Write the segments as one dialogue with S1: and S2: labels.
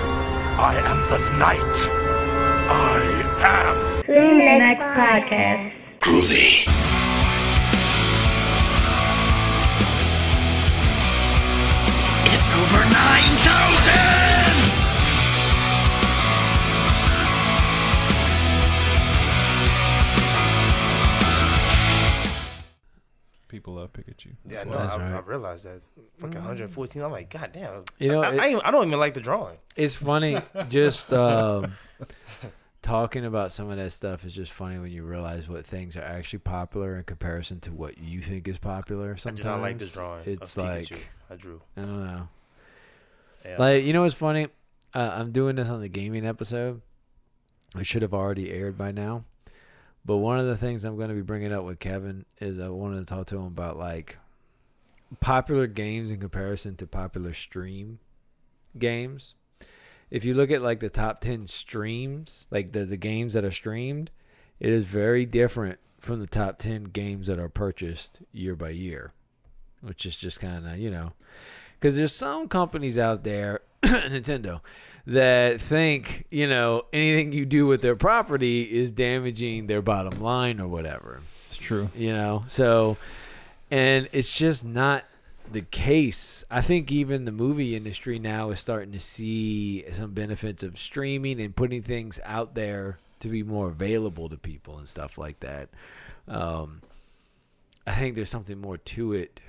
S1: I am the night. I am
S2: Lunar Nights Podcast.
S1: groovy. It's over 9,000!
S3: People love Pikachu.
S4: Yeah,
S3: That's
S4: no,
S3: why.
S4: I,
S5: That's
S4: I
S5: right.
S4: realized that. Fucking 114. I'm like, God damn.
S5: You know,
S4: I,
S5: it-
S4: I, ain't- I don't even like the drawing.
S5: It's funny just um, talking about some of that stuff is just funny when you realize what things are actually popular in comparison to what you think is popular.
S4: I
S5: Sometimes
S4: do not like this drawing.
S5: It's
S4: of
S5: like
S4: Pikachu. I drew.
S5: I don't know.
S4: Yeah.
S5: Like you know what's funny? Uh, I'm doing this on the gaming episode. It should have already aired by now. But one of the things I'm going to be bringing up with Kevin is I wanted to talk to him about like popular games in comparison to popular stream games. If you look at like the top 10 streams, like the, the games that are streamed, it is very different from the top 10 games that are purchased year by year, which is just kind of, you know, because there's some companies out there, Nintendo, that think you know anything you do with their property is damaging their bottom line or whatever.
S3: It's true.
S5: You know, so and it's just not the case. I think even the movie industry now is starting to see some benefits of streaming and putting things out there to be more available to people and stuff like that. Um, I think there's something more to it.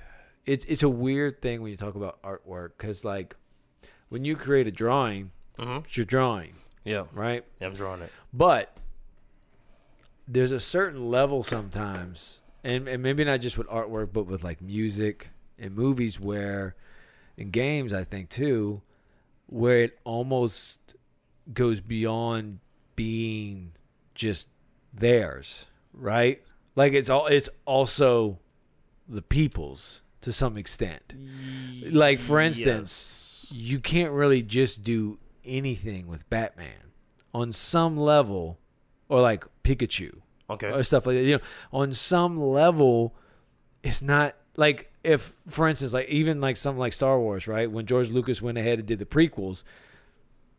S5: It's it's a weird thing when you talk about artwork because like when you create a drawing, it's your drawing,
S4: Yeah.
S5: right?
S4: yeah, I'm drawing it.
S5: But there's a certain level sometimes, and, and maybe not just with artwork, but with like music and movies where, and games, I think too, where it almost goes beyond being just theirs, right? Like it's all it's also the people's to some extent. Like for instance, you can't really just do anything with Batman on some level or like Pikachu
S4: Okay.
S5: or stuff like that. You know, on some level, it's not like if, for instance, like even like something like Star Wars, right? When George Lucas went ahead and did the prequels,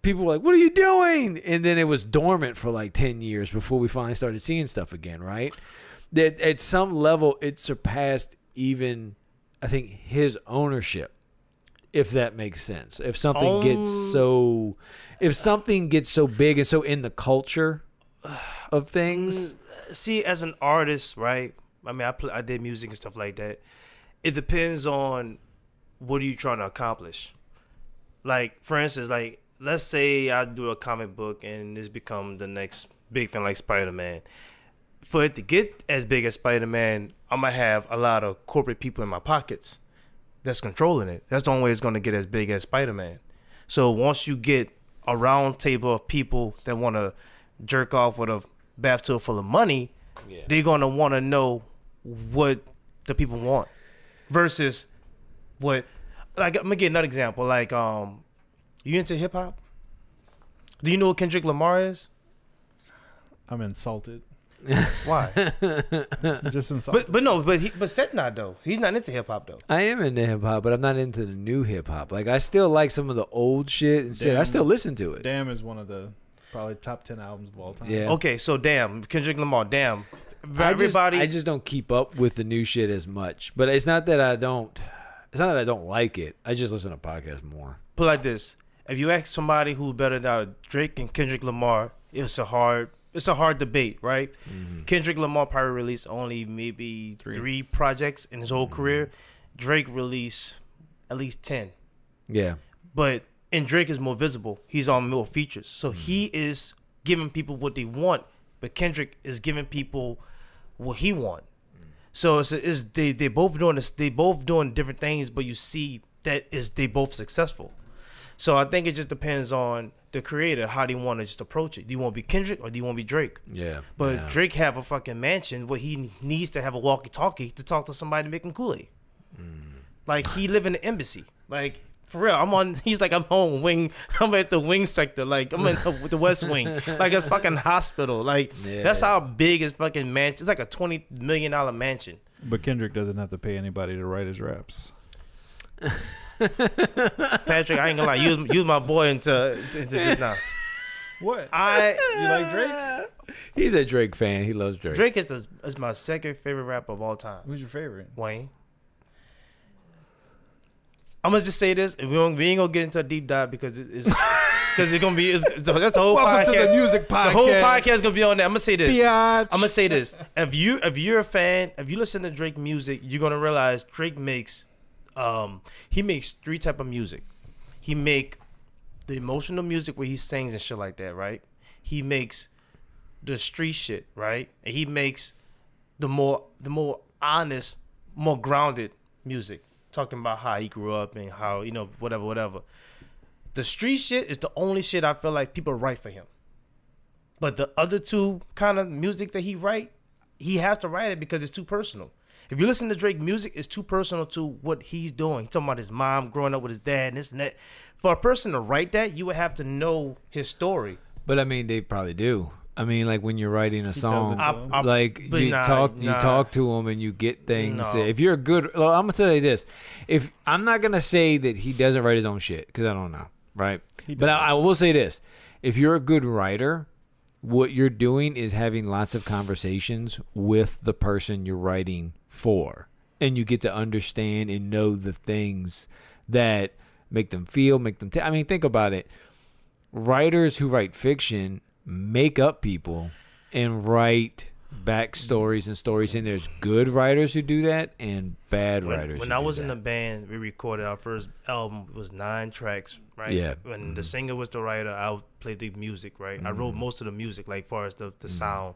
S5: people were like, "What are you doing?" And then it was dormant for like ten years before we finally started seeing stuff again, right? That at some level, it surpassed even, I think, his ownership. If that makes sense, if something gets so, if something gets so big and so in the culture of things,
S4: see as an artist right i mean i play, i did music and stuff like that it depends on what are you trying to accomplish like for instance like let's say i do a comic book and this become the next big thing like spider-man for it to get as big as spider-man i'm gonna have a lot of corporate people in my pockets that's controlling it that's the only way it's gonna get as big as spider-man so once you get a round table of people that want to jerk off with a bathtub full of money, they're gonna want to know what the people want versus what. Like I'm gonna get another example. Like um, you into hip hop? Do you know what Kendrick Lamar is?
S3: I'm insulted.
S4: Why?
S3: I'm just insulted.
S4: but but no, but he, but Seth not though. He's not into hip hop though.
S5: I am into hip hop, but I'm not into the new hip hop. Like I still like some of the old shit and shit. I
S3: Damn.
S5: still listen to it.
S3: Damn is one of the probably top ten albums of all time.
S5: Yeah.
S4: Okay, so damn Kendrick Lamar, damn.
S5: I just-
S4: Everybody,
S5: I just don't keep up with the new shit as much. But it's not that I don't. It's not that I don't like it. I just listen to podcasts more.
S4: put it like this: If you ask somebody who's better than Drake and Kendrick Lamar, it's a hard it's a hard debate, right? Kendrick Lamar probably released only maybe three, projects in his whole career. Drake released at least ten,
S5: Yeah.
S4: but and Drake is more visible. He's on more features, so he is giving people what they want. But Kendrick is giving people what he want. So it's, it's they they both doing this. They both doing different things, but you see that is they both successful. So I think it just depends on the creator how they want to just approach it. Do you want to be Kendrick or do you want to be Drake?
S5: Yeah.
S4: But
S5: yeah.
S4: Drake have a fucking mansion where he needs to have a walkie-talkie to talk to somebody to make him Kool-Aid.
S5: Mm.
S4: Like he live in the embassy. Like for real, I'm on. He's like I'm on wing. I'm at the wing sector. Like I'm in the, the West Wing. Like a fucking hospital. Like
S5: Yeah.
S4: that's how big his fucking mansion. It's like a twenty million dollar mansion.
S3: But Kendrick doesn't have to pay anybody to write his raps.
S4: Patrick, I ain't gonna lie. Use use my boy into into just now.
S3: What?
S4: I
S3: You like Drake?
S5: He's a Drake fan. He loves Drake.
S4: Drake is the, is my second favorite rapper of all time.
S3: Who's your favorite?
S4: Wayne. I'm gonna just say this, and we, don't, we ain't gonna get into a deep dive because it- it's because it's gonna be it's, that's the whole
S3: Welcome
S4: podcast.
S3: to the music podcast.
S4: The whole podcast is gonna be on that. I'm gonna say this.
S5: Biatch.
S4: I'm gonna say this: if you if you're a fan, if you listen to Drake music, you're gonna realize Drake makes, um, he makes three type of music. He make the emotional music where he sings and shit like that, right? He makes the street shit, right? And he makes the more the more honest, more grounded music, talking about how he grew up and how you know whatever whatever. The street shit is the only shit I feel like people write for him. But the other two kind of music that he write, he has to write it because it's too personal. If you listen to Drake music, it's too personal to what he's doing. He's talking about his mom growing up with his dad and this and that. For a person to write that, you would have to know his story.
S5: But I mean, they probably do. I mean, like when you're writing a song,
S3: doesn't.
S4: I- I-
S5: like
S4: but
S5: you
S4: nah,
S5: talk, you
S4: nah.
S5: talk to him, and you get things.
S4: No.
S5: If you're a good, well, I'm gonna tell you this. If I'm not gonna say that he doesn't write his own shit because I don't know, right? But I, I will say this: if you're a good writer, what you're doing is having lots of conversations with the person you're writing for, and you get to understand and know the things that make them feel, make them. ta- I mean, think about it writers who write fiction make up people and write backstories and stories and there's good writers who do that and bad
S4: When,
S5: writers
S4: when
S5: who
S4: I
S5: do
S4: was in
S5: that.
S4: the band, we recorded our first album it was nine tracks, right?
S5: Yeah. Mm-hmm.
S4: When the singer was the writer, I played the music, right? I wrote most of the music, like far as
S5: Mm-hmm.
S4: the, the sound.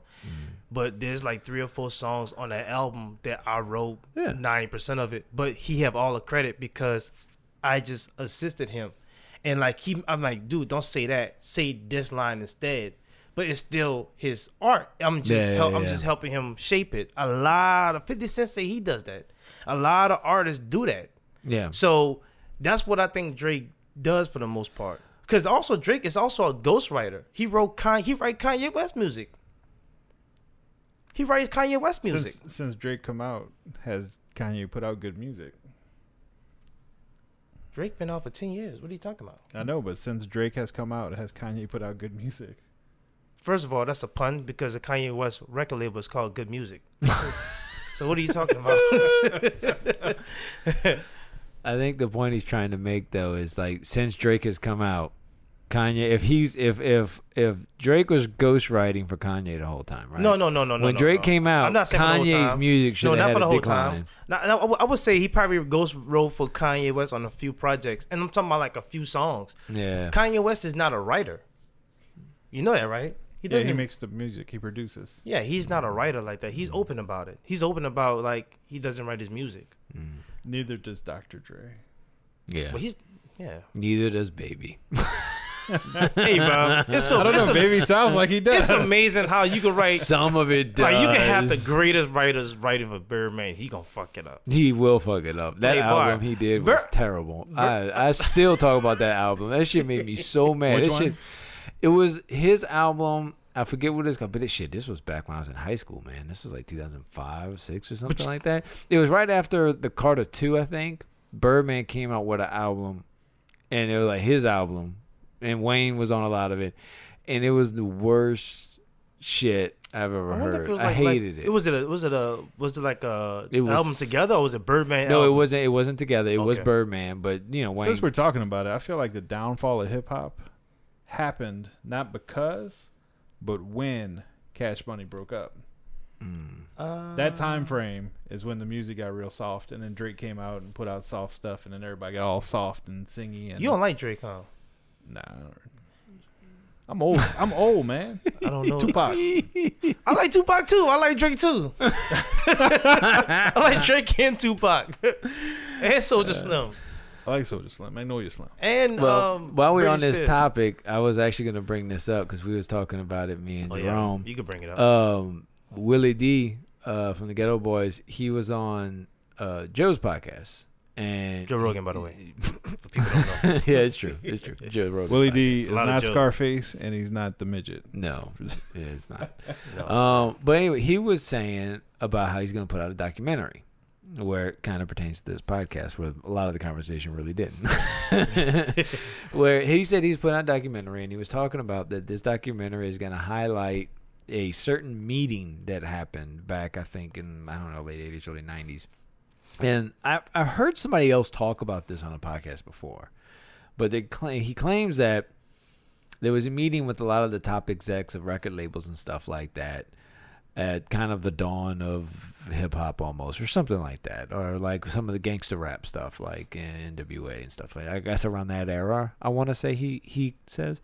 S4: But there's like three or four songs on that album that I wrote
S5: Yeah.
S4: ninety percent of it. But he have all the credit because I just assisted him. And like he I'm like, dude, don't say that. Say this line instead. But it's still his art. I'm just
S5: Yeah, yeah,
S4: help, I'm
S5: yeah.
S4: just helping him shape it. A lot of 50 Cent say he does that. A lot of artists do that.
S5: yeah
S4: So that's what I think Drake does for the most part. Because also Drake is also a ghostwriter. He wrote Kanye. He write Kanye West music. He writes Kanye West music.
S3: Since, since Drake come out, has Kanye put out good music?
S4: Drake been out for ten years. What are you talking about?
S3: I know, but since Drake has come out, has Kanye put out good music?
S4: First of all, that's a pun because the Kanye West record label is called Good Music. so what are you talking about?
S5: i think the point he's trying to make though is like since drake has come out kanye if he's if if if drake was ghostwriting for kanye the whole time right
S4: No, no, no, no, no.
S5: When
S4: no,
S5: Drake
S4: no.
S5: came out,
S4: I'm not saying for the whole
S5: Kanye's
S4: time.
S5: music should
S4: No,
S5: have
S4: not
S5: had
S4: for the
S5: a
S4: whole
S5: decline.
S4: time. No, no, I w- I would say he probably goes role for Kanye West on a few projects, and I'm talking about like a few songs.
S5: yeah
S4: Kanye West is not a writer. You know that, right? He
S3: Yeah,
S4: doesn't.
S3: he makes the music. He produces.
S4: yeah, he's not a writer like that. He's open about it. He's open about like he doesn't write his music,
S3: Neither does Dr. Dre.
S5: yeah
S4: but he's yeah.
S5: neither does baby
S4: Hey, bro, it's so
S3: I don't
S4: it's,
S3: know.
S4: a-
S3: Baby sounds like he
S4: it's
S3: does.
S4: amazing how you can write.
S5: some of it does
S4: Like you can have the greatest writers writing for Birdman. He gonna fuck it up.
S5: He will fuck it up. That
S4: Hey, Bar.
S5: album he did
S4: Bur-
S5: was terrible. I, I still talk about that album. That shit made me so mad.
S3: Which
S5: That shit-
S3: one?
S5: it was his album. I forget what it's called, but this shit, this was back when I was in high school, man. This was like 2005, 6 or something like that. It was right after the Carter 2, I think. Birdman came out with an album, and it was like his album, and Wayne was on a lot of it, and it was the worst shit I've ever
S4: I wonder if
S5: heard.
S4: it was
S5: I
S4: like,
S5: hated
S4: like,
S5: it.
S4: was it a was it a was it like a
S5: It was-
S4: album together or was it Birdman?
S5: no, it
S4: album?
S5: wasn't. It wasn't together. It was
S4: Okay.
S5: Birdman, but you know, Wayne.
S3: Since we're talking about it, I feel like the downfall of hip hop happened not because, but when Cash Money broke up. Mm.
S4: Uh,
S3: That time frame is when the music got real soft, and then Drake came out and put out soft stuff, and then everybody got all soft and singy. And
S4: you don't like Drake, huh?
S3: Nah, I don't- I'm old. I'm old, man.
S4: I don't know.
S3: Tupac.
S4: I like Tupac too. I like Drake too. I like Drake and Tupac and
S5: Uh,
S4: Soldier Slim
S3: I like Soldier Slim. Magnolia Slim.
S4: and
S5: Well,
S4: um,
S5: while we're
S4: Britney
S5: on this
S4: Spears.
S5: topic, I was actually going to bring this up because we was talking about it, me and
S4: oh, yeah,
S5: Jerome.
S4: you can bring it up.
S5: Um, Willie D uh, from the Ghetto Boys, he was on uh, Joe's podcast, and
S4: Joe Rogan, by the way, for people who don't know.
S5: yeah, it's true, it's true. Joe Rogan.
S3: Willie D is
S4: a lot of
S3: not
S4: jokes.
S3: Scarface, and he's not the midget.
S5: No, yeah, it's not.
S4: No.
S5: Um, but anyway, he was saying about how he's going to put out a documentary, where it kind of pertains to this podcast, where a lot of the conversation really didn't. where he said he's putting out a documentary, and he was talking about that this documentary is going to highlight a certain meeting that happened back, I think, in I don't know, late '80s, early '90s. And I I heard somebody else talk about this on a podcast before, but they claim he claims that there was a meeting with a lot of the top execs of record labels and stuff like that at kind of the dawn of hip hop almost or something like that or like some of the gangster rap stuff like in NWA and stuff like I guess around that era I want to say he he says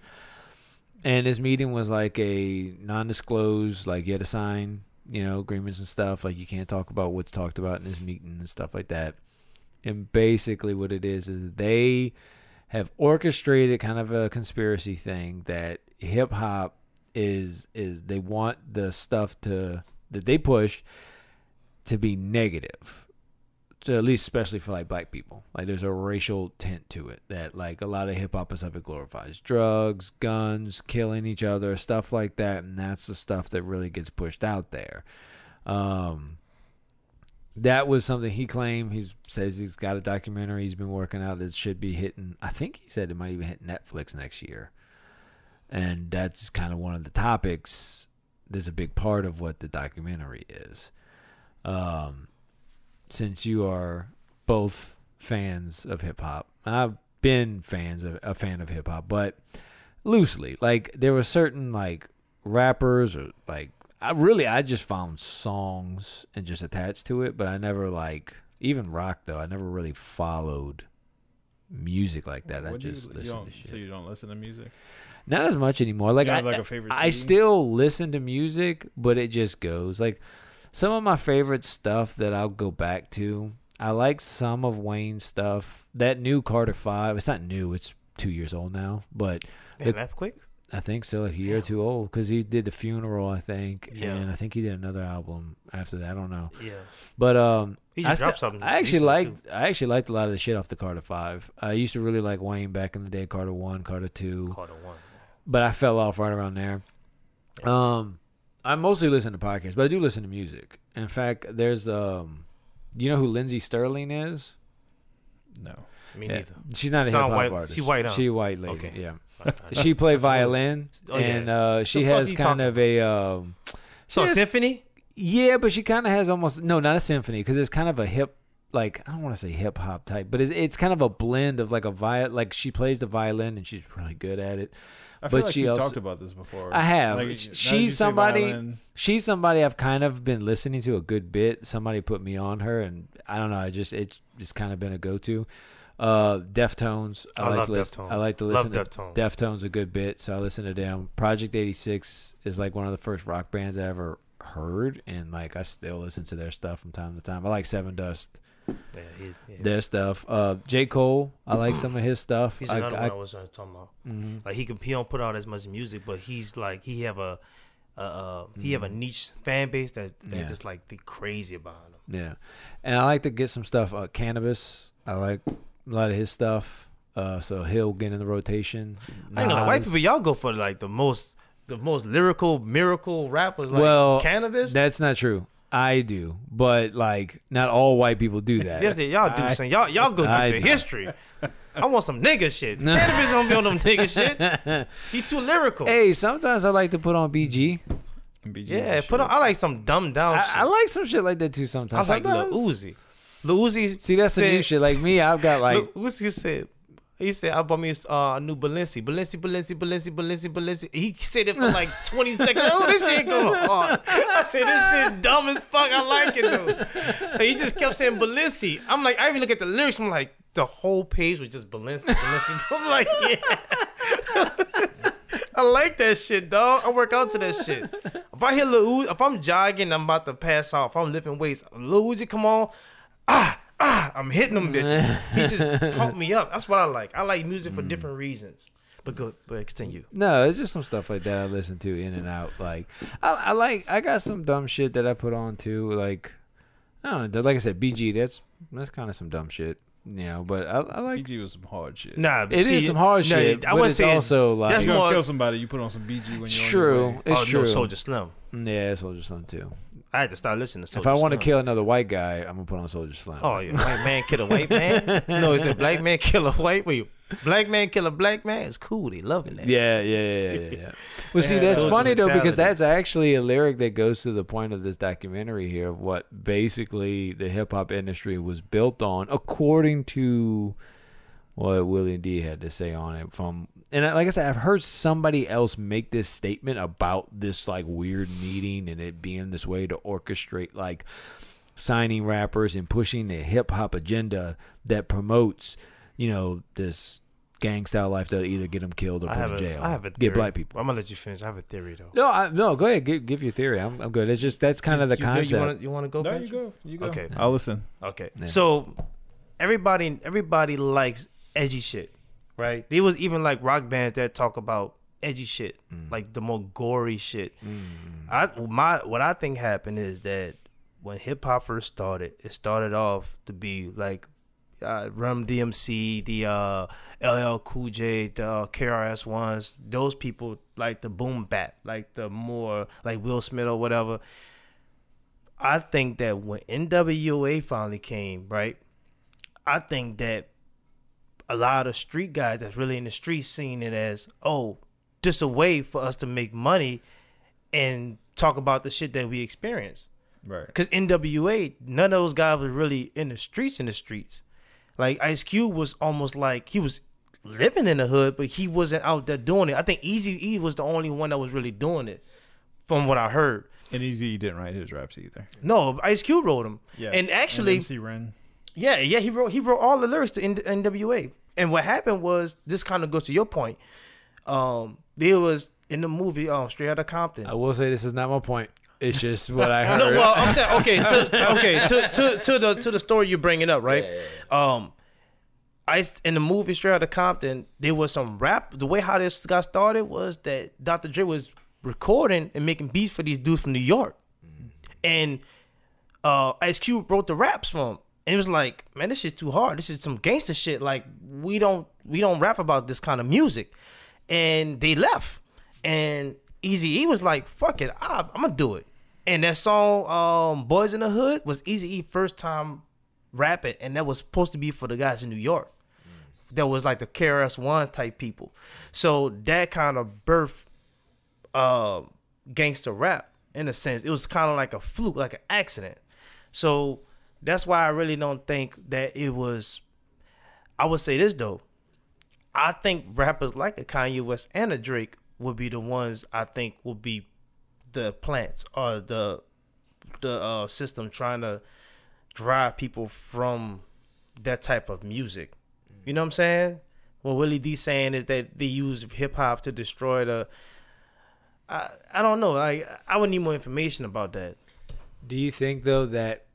S5: and his meeting was like a non-disclosed like you had to sign you know agreements and stuff like you can't talk about what's talked about in this meeting and stuff like that and basically what it is is they have orchestrated kind of a conspiracy thing that hip hop is is they want the stuff to that they push to be negative to at least especially for like black people like there's a racial tint to it that like a lot of hip hop and stuff it glorifies drugs guns killing each other stuff like that and that's the stuff that really gets pushed out there um that was something he claimed he says he's got a documentary he's been working out that should be hitting i think he said it might even hit netflix next year and that's kind of one of the topics that's a big part of what the documentary is um, since you are both fans of hip-hop i've been fans of a fan of hip-hop but loosely like there were certain like rappers or like i really i just found songs and just attached to it but i never like even rock though i never really followed music like that i
S3: What do you-
S5: just
S3: you
S5: listened
S3: don't-
S5: to shit
S3: So you don't listen to music?
S5: not as much anymore. Like
S3: You
S5: I,
S3: have, like, a favorite CD?
S5: I still listen to music, but it just goes. Like some of my favorite stuff that I'll go back to. I like some of Wayne's stuff. That new Carter Five. It's not new. It's two years old now, but
S4: Damn, that quick.
S5: I think still like a year or two old because he did the funeral, I think,
S4: Yeah.
S5: and I think he did another album after that. I don't know,
S4: Yeah,
S5: but um,
S4: he
S5: I
S4: just dropped
S5: sti-
S4: something.
S5: I actually
S4: recently,
S5: liked. I actually liked a lot of the shit off the Carter Five. I used to really like Wayne back in the day. Carter One, Carter Two
S4: too. Carter one.
S5: but I fell off right around there. Um, I mostly listen to podcasts, but I do listen to music. In fact, there's um, you know who Lindsey Sterling is?
S3: No.
S4: Me
S5: Yeah.
S4: neither.
S5: She's not a hip
S4: Sound
S5: hop
S4: white-
S5: artist.
S4: she white, huh?
S5: She white lady.
S4: Okay.
S5: Yeah.
S4: Alright.
S5: She play violin,
S4: Oh, yeah.
S5: and uh, she
S4: The fuck
S5: has
S4: you
S5: kind
S4: talking
S5: of a um, she
S4: so
S5: has-
S4: symphony.
S5: yeah, but she kind of has almost no, not a symphony because it's kind of a hip. Like I don't want to say hip hop type, but it's it's kind of a blend of like a viol like she plays the violin and she's really good at it.
S3: I feel
S5: But
S3: like
S5: she
S3: we
S5: also-
S3: talked about this before.
S5: I have.
S3: Like,
S5: Sh-
S3: now that you
S5: she's
S3: say
S5: somebody.
S3: violin,
S5: She's somebody I've kind of been listening to a good bit. Somebody put me on her, and I don't know. I just it, it's kind of been a go to. Uh, Deftones. I,
S4: I
S5: like
S4: love
S5: to listen,
S4: Deftones.
S5: I like to
S4: Love
S5: listen to
S4: Deftones.
S5: Deftones a good bit, so I listen to them. Project eighty six is like one of the first rock bands I ever heard, and like I still listen to their stuff from time to time. I like Seven Dust,
S4: Yeah, he, yeah.
S5: their stuff. Uh, J Cole. I like some of his stuff.
S4: He's
S5: I-
S4: another
S5: I-
S4: one I was uh, talking about.
S5: mhm.
S4: Like he can he don't put out as much music, but he's like he have a uh, uh, he have a niche fan base that that
S5: Yeah.
S4: just like they crazy about him.
S5: Yeah, and I like to get some stuff. Uh, cannabis. I like a lot of his stuff. Uh, so he'll get in the rotation.
S4: I ain't gonna lie, white
S5: Nas.
S4: people y'all go for like the most the most lyrical miracle rappers like
S5: Well,
S4: cannabis.
S5: That's not true. I do, but like not all white people do that.
S4: Yes, yeah, y'all do
S5: I-
S4: something. Y'all y'all go
S5: I-
S4: through the history. I want some nigga shit. Cannabis don't be on them nigga shit. He too lyrical.
S5: Hey, sometimes I like to put on BG.
S3: and BG
S4: yeah,
S3: and
S4: put on.
S3: shit.
S4: I like some dumb down
S5: I,
S4: Oh, shit. Oh,
S5: I like some shit like that too.
S4: I
S5: Sometimes
S4: was like Lil
S5: Sometimes-
S4: Uzi. Lil Uzi.
S5: See, that's the new
S4: said-
S5: shit. Like me, I've got like
S4: Look, what's he said? He said, I bought me a uh, new Balenci. Balenci, Balenci, Balenci, Balenci, Balenci. He said it for like 20 seconds. Oh, this shit going hard. I said, this shit dumb as fuck. I like it, though. And he just kept saying Balenci. I'm like, I even look at the lyrics. I'm like, the whole page was just Balenci, Balenci. I'm like, yeah. I like that shit, dog. I work out to that shit. If I hear Lil Uzi, if I'm jogging, I'm about to pass out. If I'm lifting weights, Lil Uzi, come on. Ah, ah, I'm hitting them bitches. he just pumped me up. That's what I like. I like music
S5: Mm.
S4: for different reasons. But go, but continue.
S5: No, it's just some stuff like that I listen to in and out. Like I, I like I got some dumb shit that I put on too. Like I don't know. Like I said, BG. That's that's kind of some dumb shit. You know, but I, I like
S3: BG was some hard shit.
S4: Nah,
S5: It is some hard shit, but it's also like-
S4: that's
S3: You're gonna
S4: more.
S3: kill somebody. You put on some BG when you're on your
S5: true.
S3: way.
S5: It's
S4: oh
S5: true.
S4: no, Soldier Slim.
S5: Yeah, Soldier Son too.
S4: I had to start listening to
S5: if I
S4: Soulja
S5: want to
S4: Slim.
S5: kill another white guy, I'm gonna put on Soldier Slim.
S4: Oh, yeah. White man kill a white man? No, it's a black man kill a white man. Black man kill a black man? It's cool. They loving that.
S5: Yeah, yeah, yeah, yeah, yeah. well, see,
S4: had
S5: that's
S4: soldier
S5: funny though
S4: mentality.
S5: because that's actually a lyric that goes to the point of this documentary here of what basically the hip hop industry was built on, according to what Willie D had to say on it. From and I- like I said, I've heard somebody else make this statement about this like weird meeting and it being this way to orchestrate like signing rappers and pushing the hip hop agenda that promotes, you know, this gang style life that'll either get them killed or
S4: I
S5: put
S4: have
S5: in
S4: a,
S5: jail.
S4: I have a theory.
S5: get black people.
S4: I'm going to let you finish. I have a theory, though.
S5: No, I, no. Go ahead. Give, give your theory. I'm, I'm good. It's just that's kind of the
S4: You good? You
S5: concept.
S4: want to you wanna go?
S3: There
S4: Patrick?
S3: you go. You go.
S4: Okay.
S3: I'll listen.
S4: Okay.
S5: Yeah.
S4: So everybody everybody likes edgy shit, right? There was even like rock bands that talk about edgy shit, like the more gory shit. I my what I think happened is that when hip hop first started, it started off to be like uh, Rum DMC, the uh, LL Cool J, the uh, KRS ones, those people like the boom bap, like the more like Will Smith or whatever. I think that when NWA finally came, right? I think that a lot of street guys that's really in the street seen it as, oh, just a way for us to make money and talk about the shit that we experience.
S3: Right.
S4: Because NWA, none of those guys were really in the streets. In the streets, like Ice Cube was almost like he was living in the hood, but he wasn't out there doing it. I think Easy E was the only one that was really doing it, from what I heard.
S3: And Easy didn't write his raps either.
S4: No, Ice Cube wrote him. and actually,
S3: MC Ren.
S4: yeah, yeah, he wrote he wrote all the lyrics to N- NWA. And what happened was this kind of goes to your point. Um, there was in the movie um, Straight Outta Compton.
S5: I will say this is not my point. It's just what I heard.
S4: No, well, I'm saying okay, to, to- okay, to, to to the to the story you're bringing up, right? Um, I s- in the movie Straight Outta Compton, there was some rap. The way how this got started was that Dr. Dre was recording and making beats for these dudes from New York,
S5: Mm.
S4: and uh, Ice Cube wrote the raps from. And it was like, man, this shit's too hard. This is some gangster shit. Like we don't we don't rap about this kind of music. And they left. And Easy E was like, fuck it, I, I'm gonna do it. And that song, um, Boys in the Hood, was Easy E first time rapping, and that was supposed to be for the guys in New York. That was like the KRS One type people. So that kind of birth uh, gangster rap in a sense. It was kind of like a fluke, like an accident. So that's why I really don't think that it was. I would say this though. I think rappers like a Kanye West and a Drake would be the ones I think will be the plants or the the uh, system trying to drive people from that type of music. You know what I'm saying? What Willie D saying is that they use hip hop to destroy the I, I don't know. I I would need more information about that.
S5: Do you think though that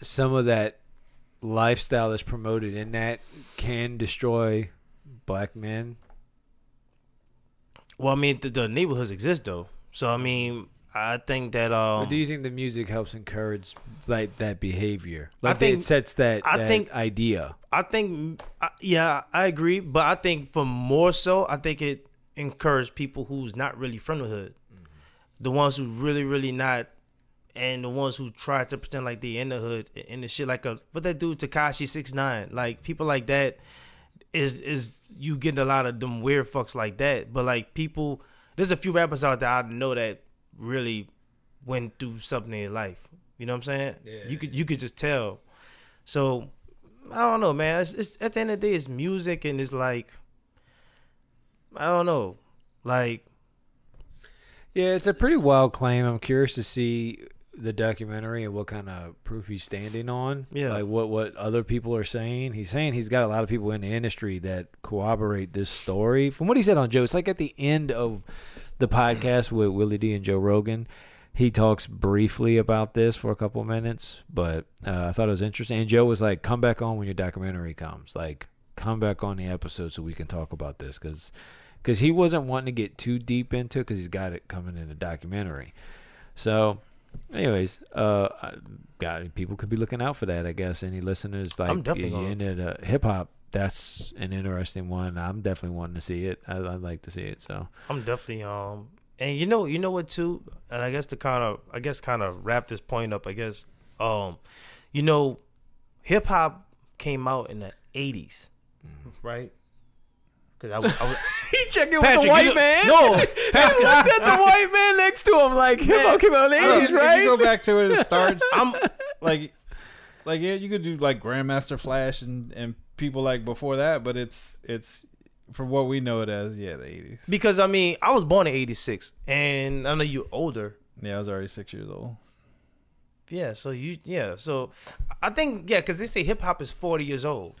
S5: some of that lifestyle that's promoted in that can destroy black men?
S4: Well, I mean, the, the neighborhoods exist though, so I mean, I think that um,
S5: or do you think the music helps encourage like that behavior? Like
S4: think-
S5: it sets that,
S4: I
S5: that
S4: think-
S5: idea.
S4: I think I, yeah, I agree, but I think for more so, I think it encouraged people who's not really from the hood, the ones who really really not, and the ones who try to pretend like they in the hood and the shit like a what that dude Takashi six nine like people like that is is you getting a lot of them weird fucks like that. But like people, there's a few rappers out there I know that really went through something in life. You know what I'm saying? Yeah. You could you could just tell. So I don't know, man. It's, it's at the end of the day, it's music and it's like I don't know, like
S5: Yeah, it's a pretty wild claim. I'm curious to see the documentary and what kind of proof he's standing on.
S4: Yeah.
S5: Like what, what other people are saying. He's saying he's got a lot of people in the industry that corroborate this story. From what he said on Joe, it's like at the end of the podcast with Willie D and Joe Rogan. He talks briefly about this for a couple of minutes, but uh, I thought it was interesting. And Joe was like, "Come back on when your documentary comes. Like, come back on the episode so we can talk about this because because he wasn't wanting to get too deep into it because he's got it coming in a documentary. So, anyways, uh, I- God, people could be looking out for that, I guess. Any listeners like
S4: I'm definitely
S5: you
S4: gonna-
S5: into the hip hop? That's an interesting one. I'm definitely wanting to see it. I, I'd like to see it. So,
S4: I'm definitely um And you know, you know what too, and I guess to kind of, I guess kind of wrap this point up. I guess, um, you know, hip hop came out in the '80s, right? Because I was, I was
S5: He checked it
S4: Patrick,
S5: with the
S4: you
S5: white
S4: know-
S5: man.
S4: No,
S5: he looked at the white man next to him like hip hop came out in the
S3: Look,
S5: eighties, right?
S3: Uh, If you go back to it, it starts
S4: I'm
S3: like, like yeah, you could do like Grandmaster Flash and and people like before that, but it's it's for what we know it as yeah the eighties.
S4: because I mean I was born in '86, and I know you're older.
S3: Yeah, I was already six years old.
S4: Yeah, so you yeah, so I think yeah, because they say hip hop is 40 years old.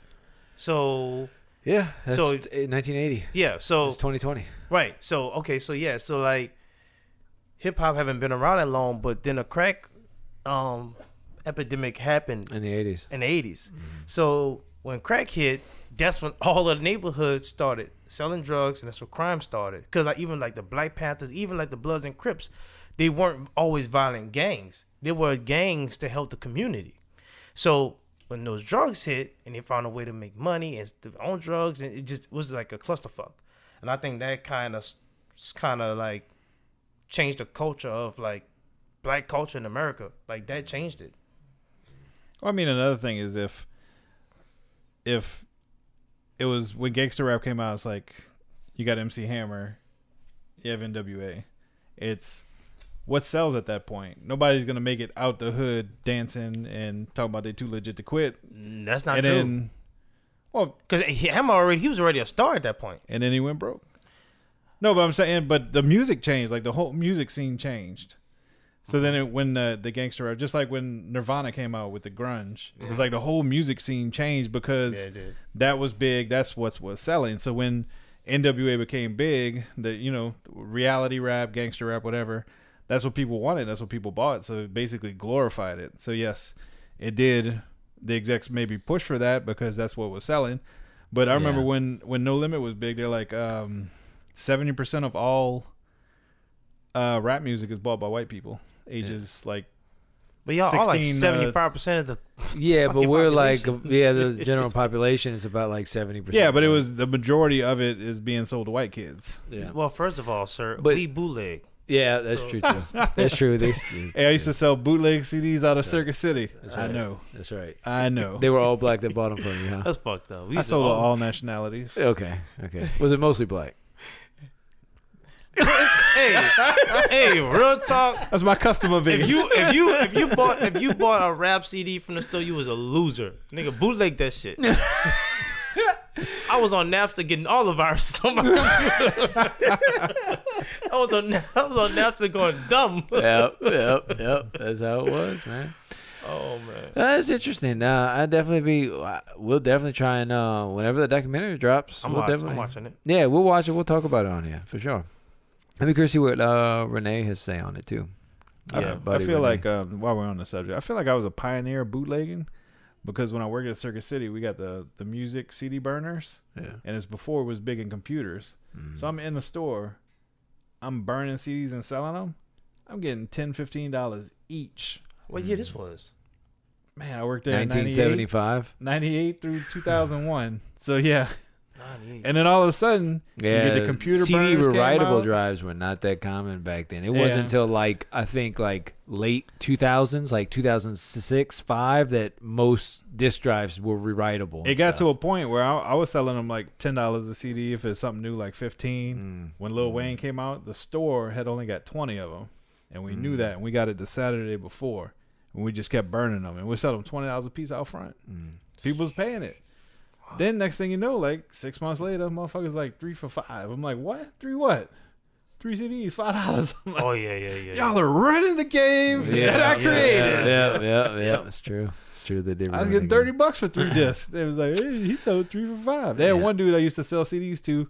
S4: So
S5: Yeah. That's
S4: So- Oh.
S5: so nineteen eighty.
S4: yeah, so
S5: It's twenty twenty.
S4: Right. So okay. So yeah. So like, hip hop haven't been around that long, but then a crack um, epidemic happened
S5: In the eighties.
S4: in the 80s So when crack hit, that's when all of the neighborhoods started selling drugs, and that's when crime started. Because like even like the Black Panthers, even like the Bloods and Crips, they weren't always violent gangs. They were gangs to help the community. So when those drugs hit, and they found a way to make money and their own drugs, and it just was like a clusterfuck. And I think that kind of, kind of like, changed the culture of like, black culture in America. Like that changed it.
S3: Well, I mean, another thing is if if it was when Gangster Rap came out, it's like you got MC Hammer, you have NWA. It's what sells at that point. Nobody's gonna make it out the hood dancing and talking about they too legit to quit.
S4: That's not
S3: and
S4: true.
S3: then, well,
S4: Because Hammer already, he was already a star at that point.
S3: and then he went broke. No, but I'm saying, but the music changed. Like the whole music scene changed. So then, it, when the the gangster rap, just like when Nirvana came out with the grunge, it's like the whole music scene changed because
S4: did.
S3: that was big. That's what's was selling. So when NWA became big, the you know reality rap, gangster rap, whatever, that's what people wanted. That's what people bought. So it basically glorified it. So yes, it did. The execs maybe push for that because that's what was selling. But I remember
S5: Yeah.
S3: when when No Limit was big, they're like um seventy percent of all uh, rap music is bought by white people, ages like
S4: But y'all all like
S3: 16, uh,
S4: seventy-five percent of the.
S5: Yeah, but
S4: Fucking
S5: we're
S4: population.
S5: like yeah, the general population is about like seventy percent.
S3: yeah, but it was the majority of it is being sold to white kids.
S5: yeah,
S4: Well, first of all, sir,
S5: But-
S4: we bootleg.
S5: yeah that's true too. That's true. They,
S3: Hey, I used to sell bootleg CDs out of Circus City. I know,
S5: that's right.
S3: I know.
S5: They were all black that bought them for you, huh?
S4: That's fucked up. We
S3: I
S4: used to
S3: sold to
S4: all-
S3: all nationalities.
S5: Okay, okay. Was it mostly black?
S4: Hey, hey, real talk.
S3: That's my customer base.
S4: If you if you if you bought if you bought a rap CD from the store, you was a loser, nigga. Bootleg that shit. I was on Napster getting all of our on my computer. I was on I was on Napster going dumb.
S5: yep, yep, yep. That's how it was, man.
S4: Oh man.
S5: That's interesting. Uh, I definitely be. I- We'll definitely try and uh, whenever the documentary drops,
S4: I'm,
S5: we'll
S4: watching,
S5: definitely.
S4: I'm watching it.
S5: Yeah, we'll watch it. We'll talk about it on here for sure. Let me curious to see what uh, Renee has to say on it too.
S3: I,
S5: Yeah,
S3: f- I
S5: buddy,
S3: feel
S5: Renee.
S3: like um, while we're on the subject, I feel like I was a pioneer of bootlegging because when I worked at Circus City, we got the the music CD burners,
S5: Yeah.
S3: and it's before it was big in computers.
S5: Mm-hmm.
S3: So I'm in the store, I'm burning CDs and selling them. I'm getting 10 dollars each.
S4: What year this was?
S3: Man, I worked there in 98,
S5: 1975.
S3: 98 through two thousand one. So yeah,
S4: 98.
S3: Mm-hmm. and then all of a sudden,
S5: Yeah,
S3: you get the computer
S5: CD
S3: burners came
S5: rewritable
S3: out.
S5: drives were not that common back then. It
S3: Yeah.
S5: wasn't until like I think like late 2000s, like 2006, five that most disk drives were rewritable.
S3: It got to a point where I, I was selling them like ten dollars a CD if it's something new, like
S5: Mm.
S3: fifteen. When Lil Wayne came out, the store had only got twenty of them, and we
S5: Mm.
S3: knew that, and we got it the Saturday before, and we just kept burning them, and we sold them twenty dollars a piece out front.
S5: Mm.
S3: People's paying it. Then next thing you know, like six months later, motherfuckers like three for five. I'm like, what? Three what? Three CDs, five dollars. I'm like,
S4: Oh yeah, yeah, yeah. yeah.
S3: y'all are running the game that I created.
S5: Yeah, yeah, yeah, yeah. It's true. It's true. They did.
S3: I was getting
S5: ruin the game.
S3: thirty bucks for three discs. They was like, hey, he sold three for five. They had
S5: Yeah.
S3: one dude I used to sell CDs to.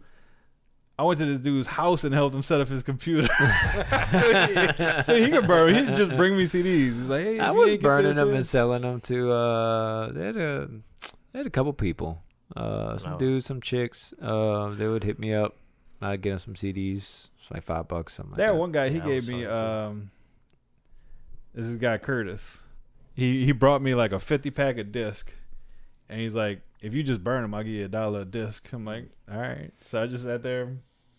S3: I went to this dude's house and helped him set up his computer, so, he, so he could burn. He just bring me CDs. He's like, hey,
S5: I
S3: if you
S5: was
S3: ain't get
S5: burning
S3: this,
S5: them
S3: uh,
S5: and selling them to. Uh, they had a, they had a couple people, uh, some
S4: Oh.
S5: dudes, some chicks. Uh, they would hit me up. I'd get them some CDs. It's like five bucks, something. Like
S3: That
S5: that
S3: one guy, he
S4: Yeah, I
S3: gave
S4: saw
S3: me.
S4: it too.
S3: Um, this is guy Curtis. He he brought me like a fifty pack of disc, and he's like, "If you just burn them, I'll give you a dollar a disc." I'm like, "All right." So I just sat there,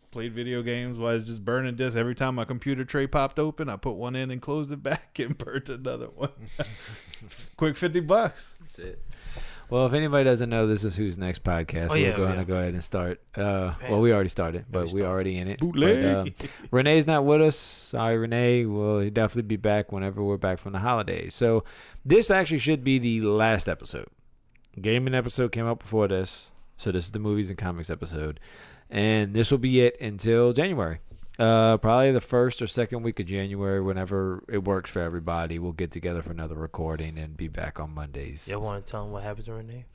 S3: played video games while I was just burning discs. Every time my computer tray popped open, I put one in and closed it back and burnt another one. Quick 50 bucks.
S5: That's it. Well, if anybody doesn't know, this is who's next podcast.
S4: Oh,
S5: We're
S4: yeah,
S5: going
S4: yeah.
S5: to go ahead and start. Uh, well, we already started, but
S4: we
S5: we're already in it. But,
S3: Bootleg.
S5: uh, Renee's not with us. Sorry, Renee. We'll definitely be back whenever we're back from the holidays. So this actually should be the last episode. Gaming episode came out before this, so this is the movies and comics episode, and this will be it until January. Uh, probably the first or second week of January, whenever it works for everybody, we'll get together for another recording and be back on Mondays.
S4: Y'all want to tell him what happened to Renee?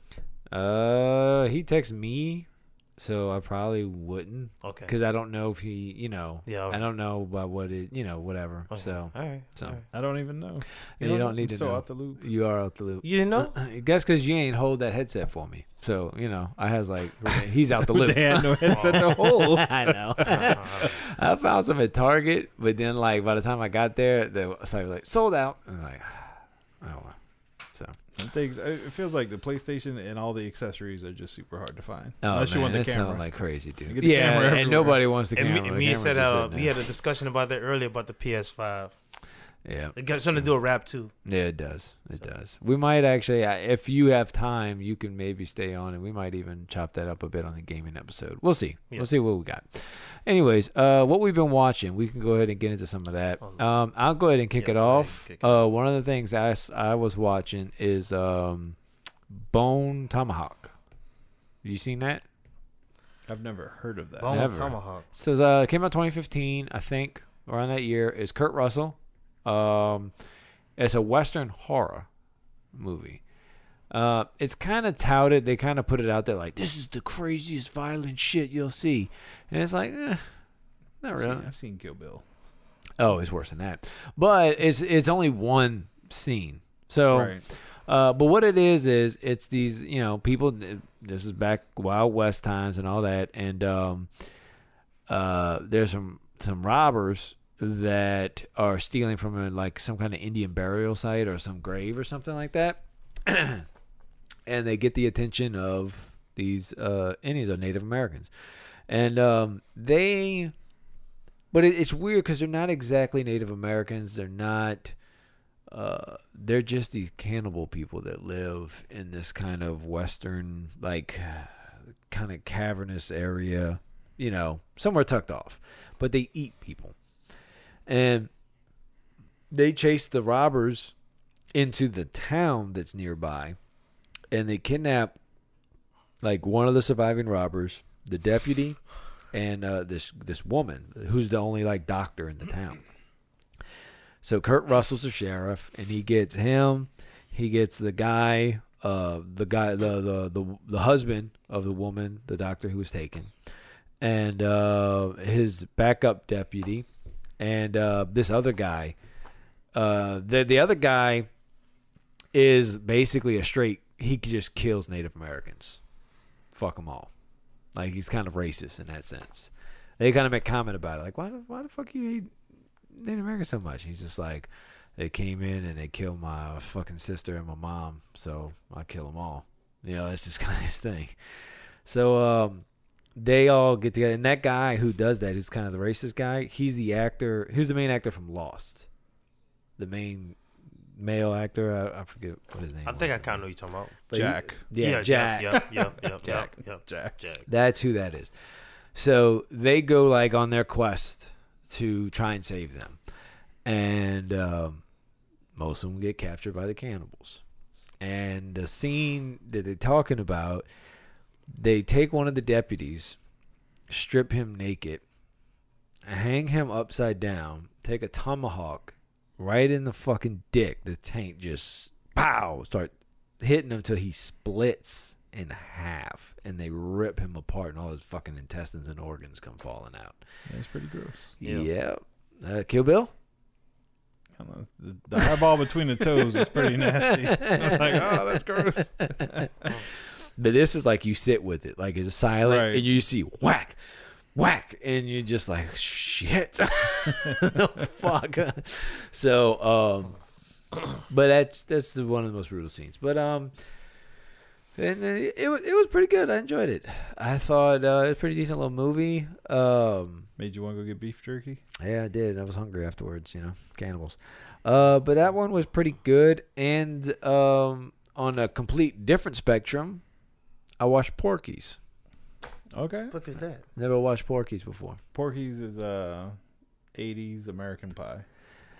S5: Uh, he texts me, so I probably wouldn't
S4: Okay.
S5: because I don't know if he, you know,
S4: Yeah,
S5: I
S4: okay.
S5: don't know about what it, you know, whatever.
S4: Okay.
S5: So
S4: all right.
S5: so.
S4: all right.
S3: I don't even know.
S5: You don't need
S3: I'm
S5: to
S3: so
S5: know.
S3: out the loop.
S5: you are out the loop.
S4: you didn't know?
S5: I guess because you ain't hold that headset for me, so you know I has like he's out the loop.
S3: They had no headset to hold.
S5: I know. I found some at Target, but then like by the time I got there, the site was like sold out. And I'm like, oh, well. so
S3: Some Things, it it feels like the PlayStation and all the accessories are just super hard to find.
S5: oh,
S3: Unless
S5: man,
S3: you want the
S5: that sound
S3: camera.
S5: like crazy, dude.
S3: You get the
S5: yeah,
S3: camera
S5: and
S3: everywhere.
S5: nobody wants the
S4: And
S5: camera.
S4: me, and
S5: The
S4: me
S5: camera's
S4: said
S5: just
S4: uh,
S5: sitting
S4: we
S5: there.
S4: had a discussion about that earlier about the PS5.
S5: yeah.
S4: It got something to do with rap too.
S5: Yeah, it does. It does. We might actually, I- if you have time, you can maybe stay on, and we might even chop that up a bit on the gaming episode. We'll see.
S4: Yeah.
S5: We'll see what we got. Anyways, uh, what we've been watching, we can go ahead and get into some of that. Um, I'll go ahead and kick
S4: Oh, Yeah,
S5: it
S4: go ahead and
S5: off.
S4: kick it
S5: uh, one of the things I, s- I was watching is um, Bone Tomahawk. You seen that?
S3: I've never heard of that.
S4: Bone
S5: Never.
S4: Tomahawk.
S5: So uh, it came out 2015, I think, around that year. Is Kurt Russell? Um, it's a Western horror movie. Uh, it's kind of touted. They kind of put it out there like this is the craziest violent shit you'll see, and it's like, eh,
S3: I've,
S5: not really.
S3: seen, I've seen Kill Bill.
S5: Oh, it's worse than that. But it's it's only one scene. So,
S3: Right.
S5: uh, but what it is is it's these you know people. This is back Wild West times and all that, and um, uh, there's some some robbers that are stealing from a, like some kind of Indian burial site or some grave or something like that, and they get the attention of these uh, Indians or Native Americans, and um, they but it, it's weird because they're not exactly Native Americans. They're not. Uh, they're just these cannibal people that live in this kind of western, like, kind of cavernous area, you know, somewhere tucked off. But they eat people, and they chase the robbers into the town that's nearby, and they kidnap like one of the surviving robbers, the deputy, and uh, this this woman who's the only like doctor in the town. So Kurt Russell's the sheriff, and he gets him. He gets the guy, uh, the guy, the the the, the husband of the woman, the doctor who was taken, and uh, his backup deputy, and uh, this other guy. Uh, the the other guy is basically a straight. He just kills Native Americans. Fuck them all. Like he's kind of racist in that sense. They kind of make comment about it, like why the why the fuck you hate Native Americans so much? He's just like they came in and they killed my fucking sister and my mom, so I kill them all. You know, that's just kind of his thing. So um, they all get together, and that guy who does that, who's kind of the racist guy, he's the actor, who's the main actor from Lost, the main male actor. I, I forget what his name.
S4: I
S5: was.
S4: think I kind of know what you're talking about.
S5: But he-
S3: Jack.
S5: yeah, Jack.
S4: Jack. Yeah, yeah, yeah,
S5: Jack.
S4: yeah, yeah.
S3: Jack.
S4: Jack.
S5: That's who that is. So they go like on their quest to try and save them, and um, most of them get captured by the cannibals. And the scene that they're talking about, they take one of the deputies, strip him naked, hang him upside down, take a tomahawk right in the fucking dick. The tank just pow start hitting him till he splits in half, and they rip him apart, and all his fucking intestines and organs come falling out.
S3: That's pretty gross.
S5: Yeah.
S4: Yeah.
S5: Uh, Kill Bill.
S3: I don't know. The, the eyeball between the toes is pretty nasty. I was like, oh, that's gross.
S5: But this is like you sit with it, like it's silent,
S3: Right.
S5: and you see whack, whack, and you're just like, shit, fuck. so, um, but that's that's the- one of the most brutal scenes. But um, And it, it was it was pretty good. I enjoyed it. I thought uh, it was a pretty decent little movie. Um,
S3: Made you want to go get beef jerky?
S5: yeah, I did. I was hungry afterwards, you know, cannibals. Uh, but that one was pretty good. And um, on a complete different spectrum, I watched Porky's.
S3: Okay.
S4: Look at that.
S5: Never watched Porky's before.
S3: Porky's is uh, 80s American Pie.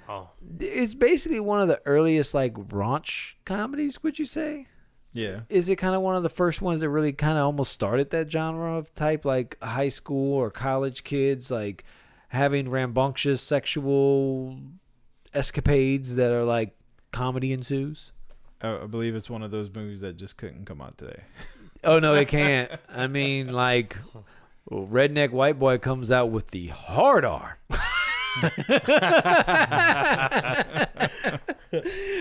S4: Oh,
S5: It's basically one of the earliest like raunch comedies. Would you say?
S3: Yeah.
S5: Is it kind of one of the first ones that really kind of almost started that genre of type, like high school or college kids, like having rambunctious sexual escapades that are like comedy ensues?
S3: I, I believe it's one of those movies that just couldn't come out today.
S5: Oh no, it can't. I mean, like, redneck white boy comes out with the hard R.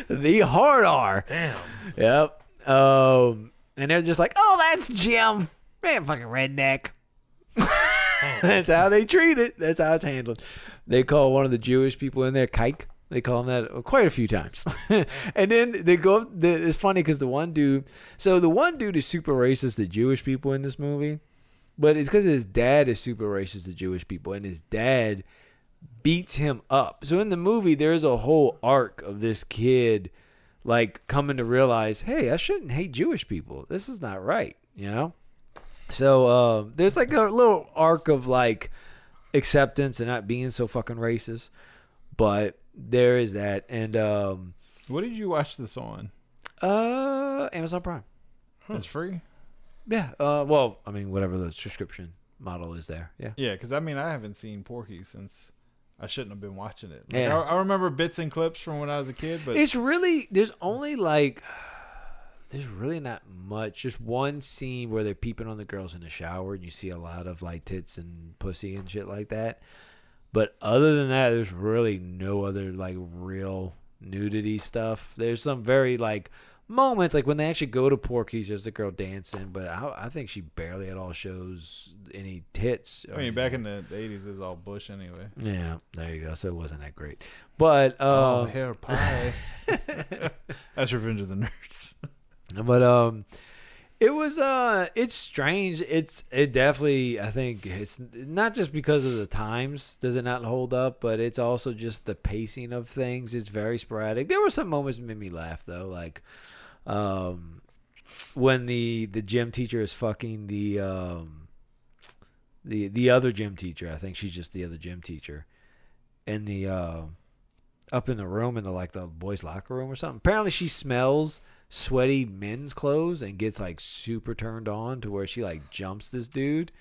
S5: the hard R.
S4: damn.
S5: Yep. Um, and they're just like, oh, that's Jim. Man, fucking redneck. that's how they treat it. That's how it's handled. They call one of the Jewish people in there kike. They call him that quite a few times. and then they go, the, it's funny because the one dude, so the one dude is super racist to Jewish people in this movie, but it's because his dad is super racist to Jewish people, and his dad beats him up. So in the movie, there's a whole arc of this kid like coming to realize, hey, I shouldn't hate Jewish people. This is not right, you know? So uh, there's like a little arc of like acceptance and not being so fucking racist. But there is that. And um,
S3: What did you watch this on?
S5: uh, Amazon Prime.
S3: It's free?
S5: Yeah. Uh, well, I mean, whatever the subscription model is there. Yeah.
S3: Yeah, because I mean, I haven't seen Porky since I shouldn't have been watching it. Like,
S5: Yeah.
S3: I, I remember bits and clips from when I was a kid, but
S5: It's really there's only like there's really not much. Just one scene where they're peeping on the girls in the shower, and you see a lot of like tits and pussy and shit like that. But other than that, there's really no other like real nudity stuff. There's some very like moments like when they actually go to Porky's, there's the girl dancing, but I, I think she barely at all shows any tits.
S3: I mean, back in the, the 80s, it was all Bush anyway.
S5: yeah, there you go. So it wasn't that great, but
S3: Oh,
S5: uh,
S3: hair pie. That's Revenge of the Nerds.
S5: but um it was uh it's strange it's it definitely i think it's not just because of the times does it not hold up but it's also just the pacing of things it's very sporadic there were some moments that made me laugh though like um when the the gym teacher is fucking the um the the other gym teacher i think she's just the other gym teacher and the uh up in the room in the like the boys locker room or something apparently she smells sweaty men's clothes and gets like super turned on to where she like jumps this dude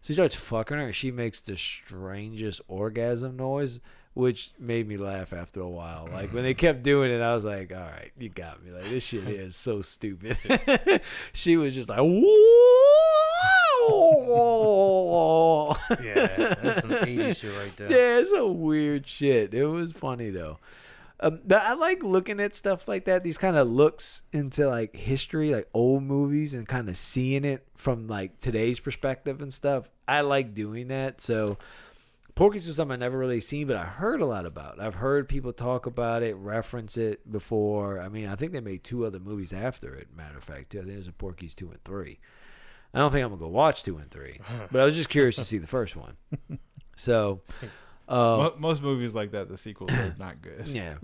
S5: so he starts fucking her and she makes the strangest orgasm noise which made me laugh after a while like when they kept doing it i was like all right you got me like this shit here is so stupid she was just like "Whoa."
S6: Yeah, that's some 80s shit right there.
S5: Yeah, it's a weird shit. It was funny though. Um, but I like looking at stuff like that. These kind of looks into like history, like old movies, and kind of seeing it from like today's perspective and stuff. I like doing that. So, Porky's was something I never really seen, but I heard a lot about. I've heard people talk about it, reference it before. I mean, I think they made two other movies after it. Matter of fact, too. I think there's a Porky's two and three. I don't think I'm gonna go watch two and three, but I was just curious to see the first one. So, um,
S3: Mo- most movies like that, the sequels are not good.
S5: yeah.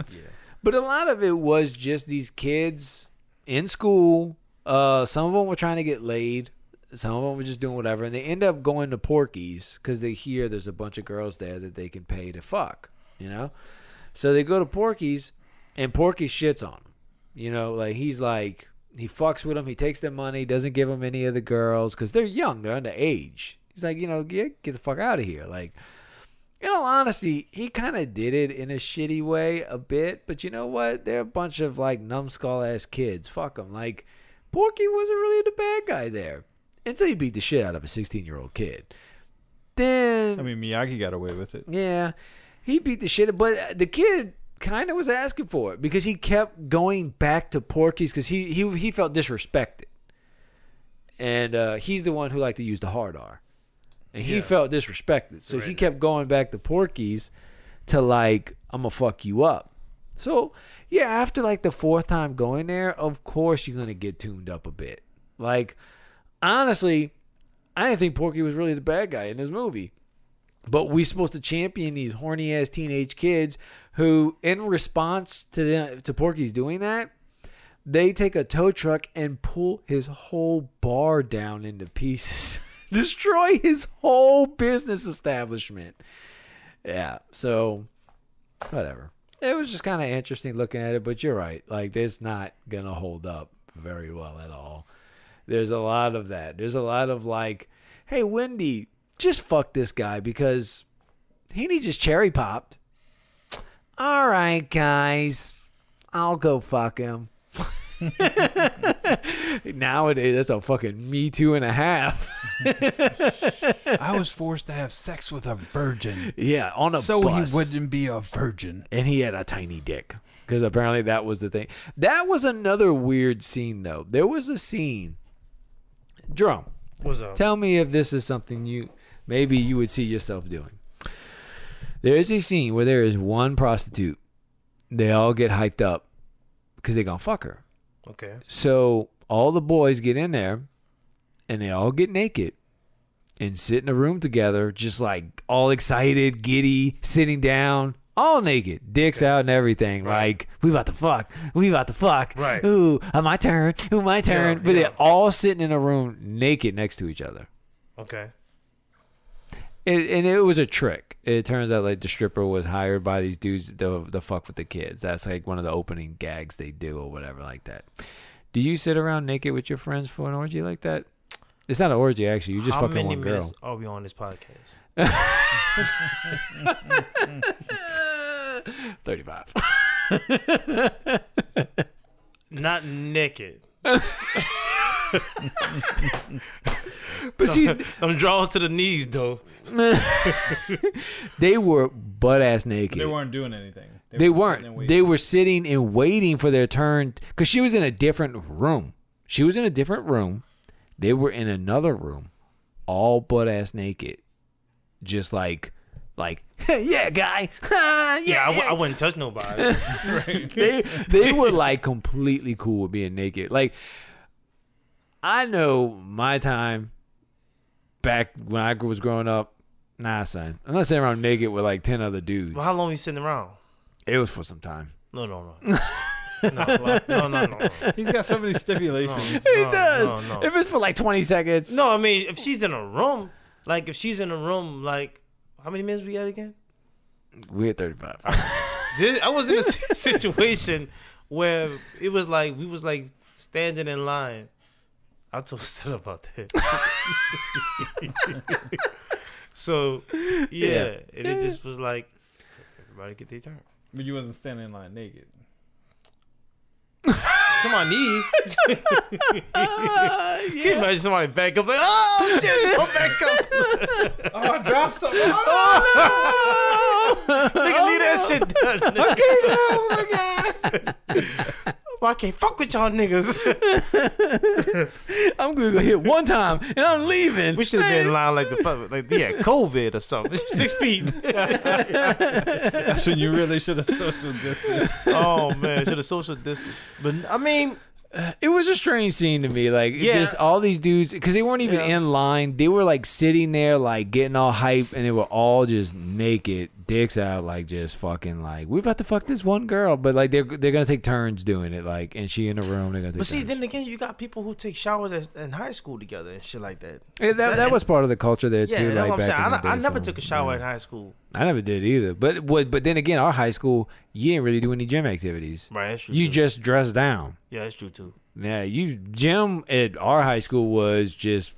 S5: But a lot of it was just these kids in school. Uh, some of them were trying to get laid. Some of them were just doing whatever, and they end up going to Porky's because they hear there's a bunch of girls there that they can pay to fuck. You know, so they go to Porky's, and Porky shits on them. You know, like he's like he fucks with them. He takes their money, doesn't give them any of the girls because they're young, they're underage. He's like, you know, get get the fuck out of here. Like, in all honesty, he kind of did it in a shitty way a bit, but you know what? They're a bunch of like numbskull ass kids. Fuck them. Like, Porky wasn't really the bad guy there until he beat the shit out of a 16 year old kid. Then,
S3: I mean, Miyagi got away with it.
S5: yeah, he beat the shit. But the kid kind of was asking for it because he kept going back to Porky's because he, he, he felt disrespected. And uh, he's the one who liked to use the hard R. And he felt disrespected. So he kept going back to Porky's to like, I'm going to fuck you up. So, yeah, after like the fourth time going there, of course you're going to get tuned up a bit. Like, honestly, I didn't think Porky was really the bad guy in this movie. But we supposed to champion these horny ass teenage kids who, in response to the, to Porky's doing that, they take a tow truck and pull his whole bar down into pieces, destroy his whole business establishment. Yeah, so whatever. It was just kind of interesting looking at it, but you're right. Like, it's not gonna hold up very well at all. There's a lot of that. There's a lot of like, hey, Wendy, just fuck this guy because he needs his cherry popped. All right, guys, I'll go fuck him. Nowadays, that's a fucking me too and a half.
S3: I was forced to have sex with a virgin,
S5: yeah, on a
S3: so
S5: bus.
S3: he wouldn't be a virgin.
S5: and he had a tiny dick because apparently that was the thing. That was another weird scene though. There was a scene. Drum,
S4: What's up?
S5: tell me if this is something you maybe you would see yourself doing. There is a scene where there is one prostitute. They all get hyped up because they gonna fuck her.
S4: Okay.
S5: So all the boys get in there and they all get naked and sit in a room together, just like all excited, giddy, sitting down, all naked, dicks out and everything. Like, we about to fuck. We about to fuck.
S4: Right.
S5: Ooh, uh, my turn. Ooh, my turn. but
S4: yeah.
S5: they're all sitting in a room naked next to each other.
S4: Okay.
S5: It, and it was a trick. It turns out like the stripper was hired by these dudes to, to fuck with the kids. That's like one of the opening gags they do or whatever like that. Do you sit around naked with your friends for an orgy like that? It's not an orgy actually. You just
S4: How
S5: fucking
S4: many
S5: one
S4: minutes
S5: girl.
S4: are we on this podcast?
S5: Thirty-five.
S4: Not naked.
S5: But see,
S4: I'm drawn to the knees though.
S5: they were butt ass naked.
S3: They weren't doing anything.
S5: They
S3: were
S5: weren't.
S3: sitting and waiting.
S5: They were sitting and waiting for their turn because she was in a different room. She was in a different room. They were in another room, all butt ass naked, just like, like, yeah, guy, yeah.
S4: Yeah, I, w-
S5: yeah."
S4: I wouldn't touch nobody.
S5: they they were like completely cool with being naked. Like I know my time back when I was growing up. Nah, son, I'm not sitting around naked with like ten other dudes.
S4: well, how long you sitting around?
S5: It was for some time.
S4: No, no, no. No, like, no, no, no.
S3: He's got so many stipulations.
S5: He
S4: No,
S5: does.
S4: no, no.
S5: If it's for like 20 seconds.
S4: No, I mean, if she's in a room, like if she's in a room, like how many minutes we at again?
S5: We at 35.
S4: This, I was in a si- situation where it was like we was like standing in line. I told Stella about that. so yeah,
S5: Yeah.
S4: and it just was like everybody get their turn.
S3: but you wasn't standing in line naked.
S4: Come on, knees. Can you imagine somebody back up like, oh shit, come back up.
S3: Oh, I dropped something.
S4: Nigga, leave that shit done. Okay, now, oh my oh god. Well, I can't fuck with y'all niggas.
S5: I'm going to go hit one time and I'm leaving.
S4: We should have been in line like the fuck, like we had COVID or something. Six feet.
S3: That's when you really should have social distanced.
S4: oh man, should have social distance. But I mean,
S5: It was a strange scene to me. Like,
S4: Yeah.
S5: just all these dudes, because they weren't even
S4: Yeah.
S5: in line. They were like sitting there, like getting all hype, and they were all just naked, dicks out, like just fucking like, we're about to fuck this one girl. But like, they're, they're going to take turns doing it. Like, and she in the room, they're going to take
S4: but see,
S5: turns.
S4: then again, you got people who take showers at, in high school together and shit like that.
S5: Yeah, that, that was part of the culture there
S4: yeah,
S5: too.
S4: that's
S5: like
S4: what I'm
S5: back
S4: saying.
S5: in
S4: I,
S5: the
S4: I
S5: day,
S4: never
S5: so,
S4: took a shower
S5: yeah.
S4: in high school.
S5: I never did either. But what? But then again, our high school, you didn't really do any gym activities.
S4: Right, that's true.
S5: You
S4: too.
S5: just dressed down.
S4: yeah, that's true too.
S5: Yeah, you gym at our high school was just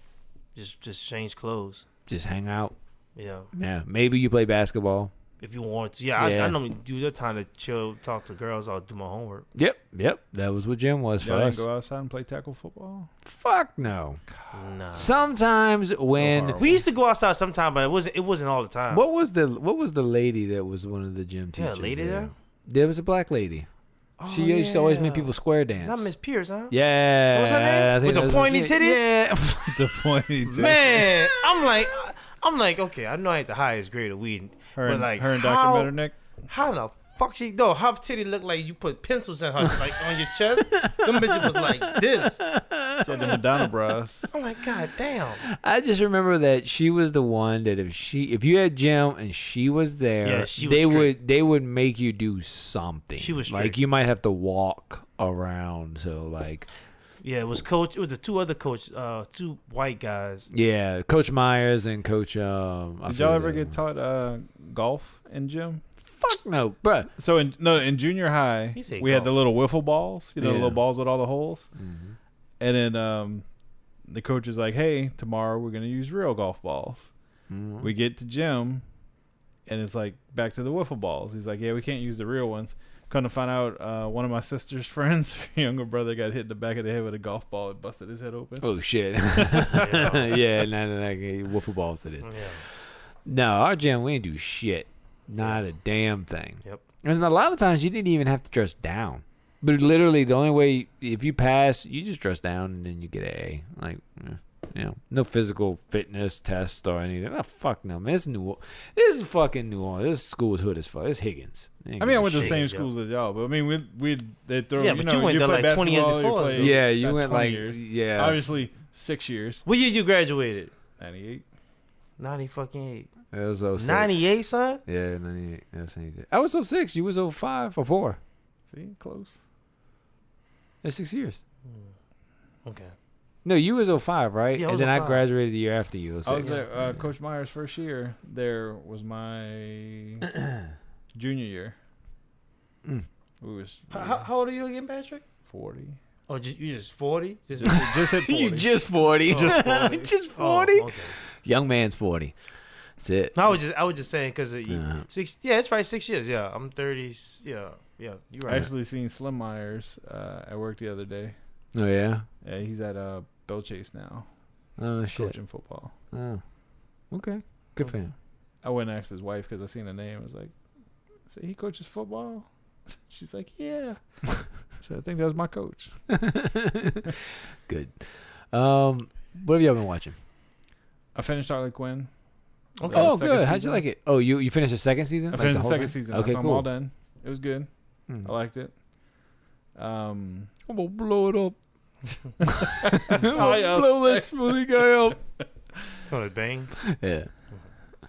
S4: Just just change clothes.
S5: just hang out.
S4: Yeah,
S5: Yeah, maybe you play basketball.
S4: if you want to. Yeah, I,
S5: Yeah.
S4: I normally do that time to chill, talk to girls, or do my homework.
S5: Yep, yep. That was what gym was for
S3: Y'all didn't
S5: us.
S3: go outside and play tackle football.
S5: Fuck no.
S4: Nah.
S5: Sometimes when
S3: horrible.
S4: We used to go outside sometime, but it wasn't it wasn't all the time.
S5: what was the what was the lady that was one of the gym
S4: Yeah,
S5: teachers?
S4: lady there?
S5: There was a black lady.
S4: Oh,
S5: she used to always make
S4: yeah.
S5: people square dance.
S4: Not Miss Pierce, huh?
S5: Yeah.
S4: What was her name?
S5: I think
S4: With the
S5: that was-
S4: pointy
S5: yeah,
S4: titties?
S5: Yeah.
S3: The point he did.
S4: Man, I'm like, I'm like, okay, I know I ain't the highest grade of weed,
S3: her
S4: but
S3: and,
S4: like
S3: her and
S4: how,
S3: Dr. Metternich.
S4: How the
S6: Fuck she no, her titty looked like you put pencils in her like on your chest. Them bitches was like this.
S3: So the Madonna bras.
S6: I'm like, God damn.
S5: I just remember that she was the one that if she if you had Jim and she was there,
S4: Yeah, she was
S5: they
S4: strict.
S5: would they would make you do something.
S4: She was
S5: like
S4: strict.
S5: you might have to walk around. So like
S4: Yeah, it was coach. It was the two other coach, uh, two white guys.
S5: yeah, Coach Myers and Coach um. I
S3: Did y'all
S5: forget
S3: ever
S5: the
S3: get
S5: other
S3: taught uh, golf in gym?
S5: one. Fuck no, bruh.
S3: So in no in junior high,
S4: You say
S3: we had the
S4: golf.
S3: little wiffle balls, you know, the
S5: Yeah.
S3: little balls with all the holes. And then um, the coach is like, "Hey, tomorrow we're gonna use real golf balls." We get to gym, and it's like back to the wiffle balls. He's like, "Yeah, we can't use the real ones." Come to find out, uh, one of my sister's friends, her younger brother, got hit in the back of the head with a golf ball and busted his head open.
S5: Oh shit. yeah, no, no, no. Wiffle balls it is.
S6: Oh,
S4: Yeah,
S5: No, our gym we didn't do shit. Not a damn thing.
S4: Yep.
S5: And a lot of times you didn't even have to dress down. But literally the only way if you pass, you just dress down and then you get a A. Like eh, you know, no physical fitness test or anything. Oh, fuck no, man. It's New Orleans. This is fucking New Orleans. This school is hood as fuck. It's Higgins. They ain't
S3: I mean, I
S5: giving a
S3: went to the
S5: shit.
S3: same
S4: yeah.
S3: schools as y'all, but I mean, we we they throw.
S4: Yeah,
S3: you
S4: but
S3: know,
S4: you went there,
S3: play
S4: like, 20 years
S3: basketball, you
S4: before us,
S3: play-
S4: though.
S5: Yeah, you
S3: not
S5: went
S3: 20
S5: like
S3: years.
S5: yeah.
S3: obviously six years,
S4: What year you graduated?
S3: ninety eight.
S4: Ninety fucking eight.
S5: It was 06.
S4: Ninety eight, son.
S5: Yeah, 98. That's 98. I was 06. You was 05 or 4.
S3: See, close.
S5: That's six years.
S4: Okay.
S5: No, you was 05, right?
S4: Yeah, I
S5: and
S4: was
S5: then I
S4: 05.
S5: graduated the year after you. 06.
S3: I was there. Uh, Coach Myers' first year there was my junior year.
S5: Mm.
S3: We was
S6: How, how- how old are you again, Patrick?
S3: forty.
S6: Oh, ju- you just forty? Just
S3: Just hit forty.
S5: you just 40.
S4: Just 40.
S5: Oh. just
S4: Oh,
S5: 40?
S4: okay.
S5: Young man's 40. That's it. Uh,
S4: No, I was just I was just saying because
S5: Yeah.
S4: six. Yeah, it's right. Six years. Yeah, I'm thirty. Yeah, yeah. You
S3: I
S4: right.
S3: actually seen Slim Myers uh, at work the other day.
S5: Oh, yeah?
S3: Yeah, he's at uh, Bell Chase now,
S5: Oh, shit.
S3: coaching football.
S5: Oh. Okay. Good for him.
S3: I went and asked his wife because I seen the name. I was like, "So he coaches football?" She's like, "Yeah." so I think that was my coach.
S5: Good. Um, what have y'all been watching?
S3: I finished Harley Quinn.
S4: Okay.
S5: Oh,
S3: second
S5: good. How'd you
S3: season.
S5: like it? Oh, you you finished the second season?
S3: I
S5: Like
S3: finished the,
S5: whole
S3: second
S5: thing?
S3: season.
S5: Okay,
S3: so I'm all
S5: cool.
S3: done. It was good. I
S5: Mm.
S3: liked it. Um,
S5: I'm gonna blow it up.
S3: sorry, I
S5: blow that smoothie guy up.
S4: It's gonna bang.
S5: Yeah.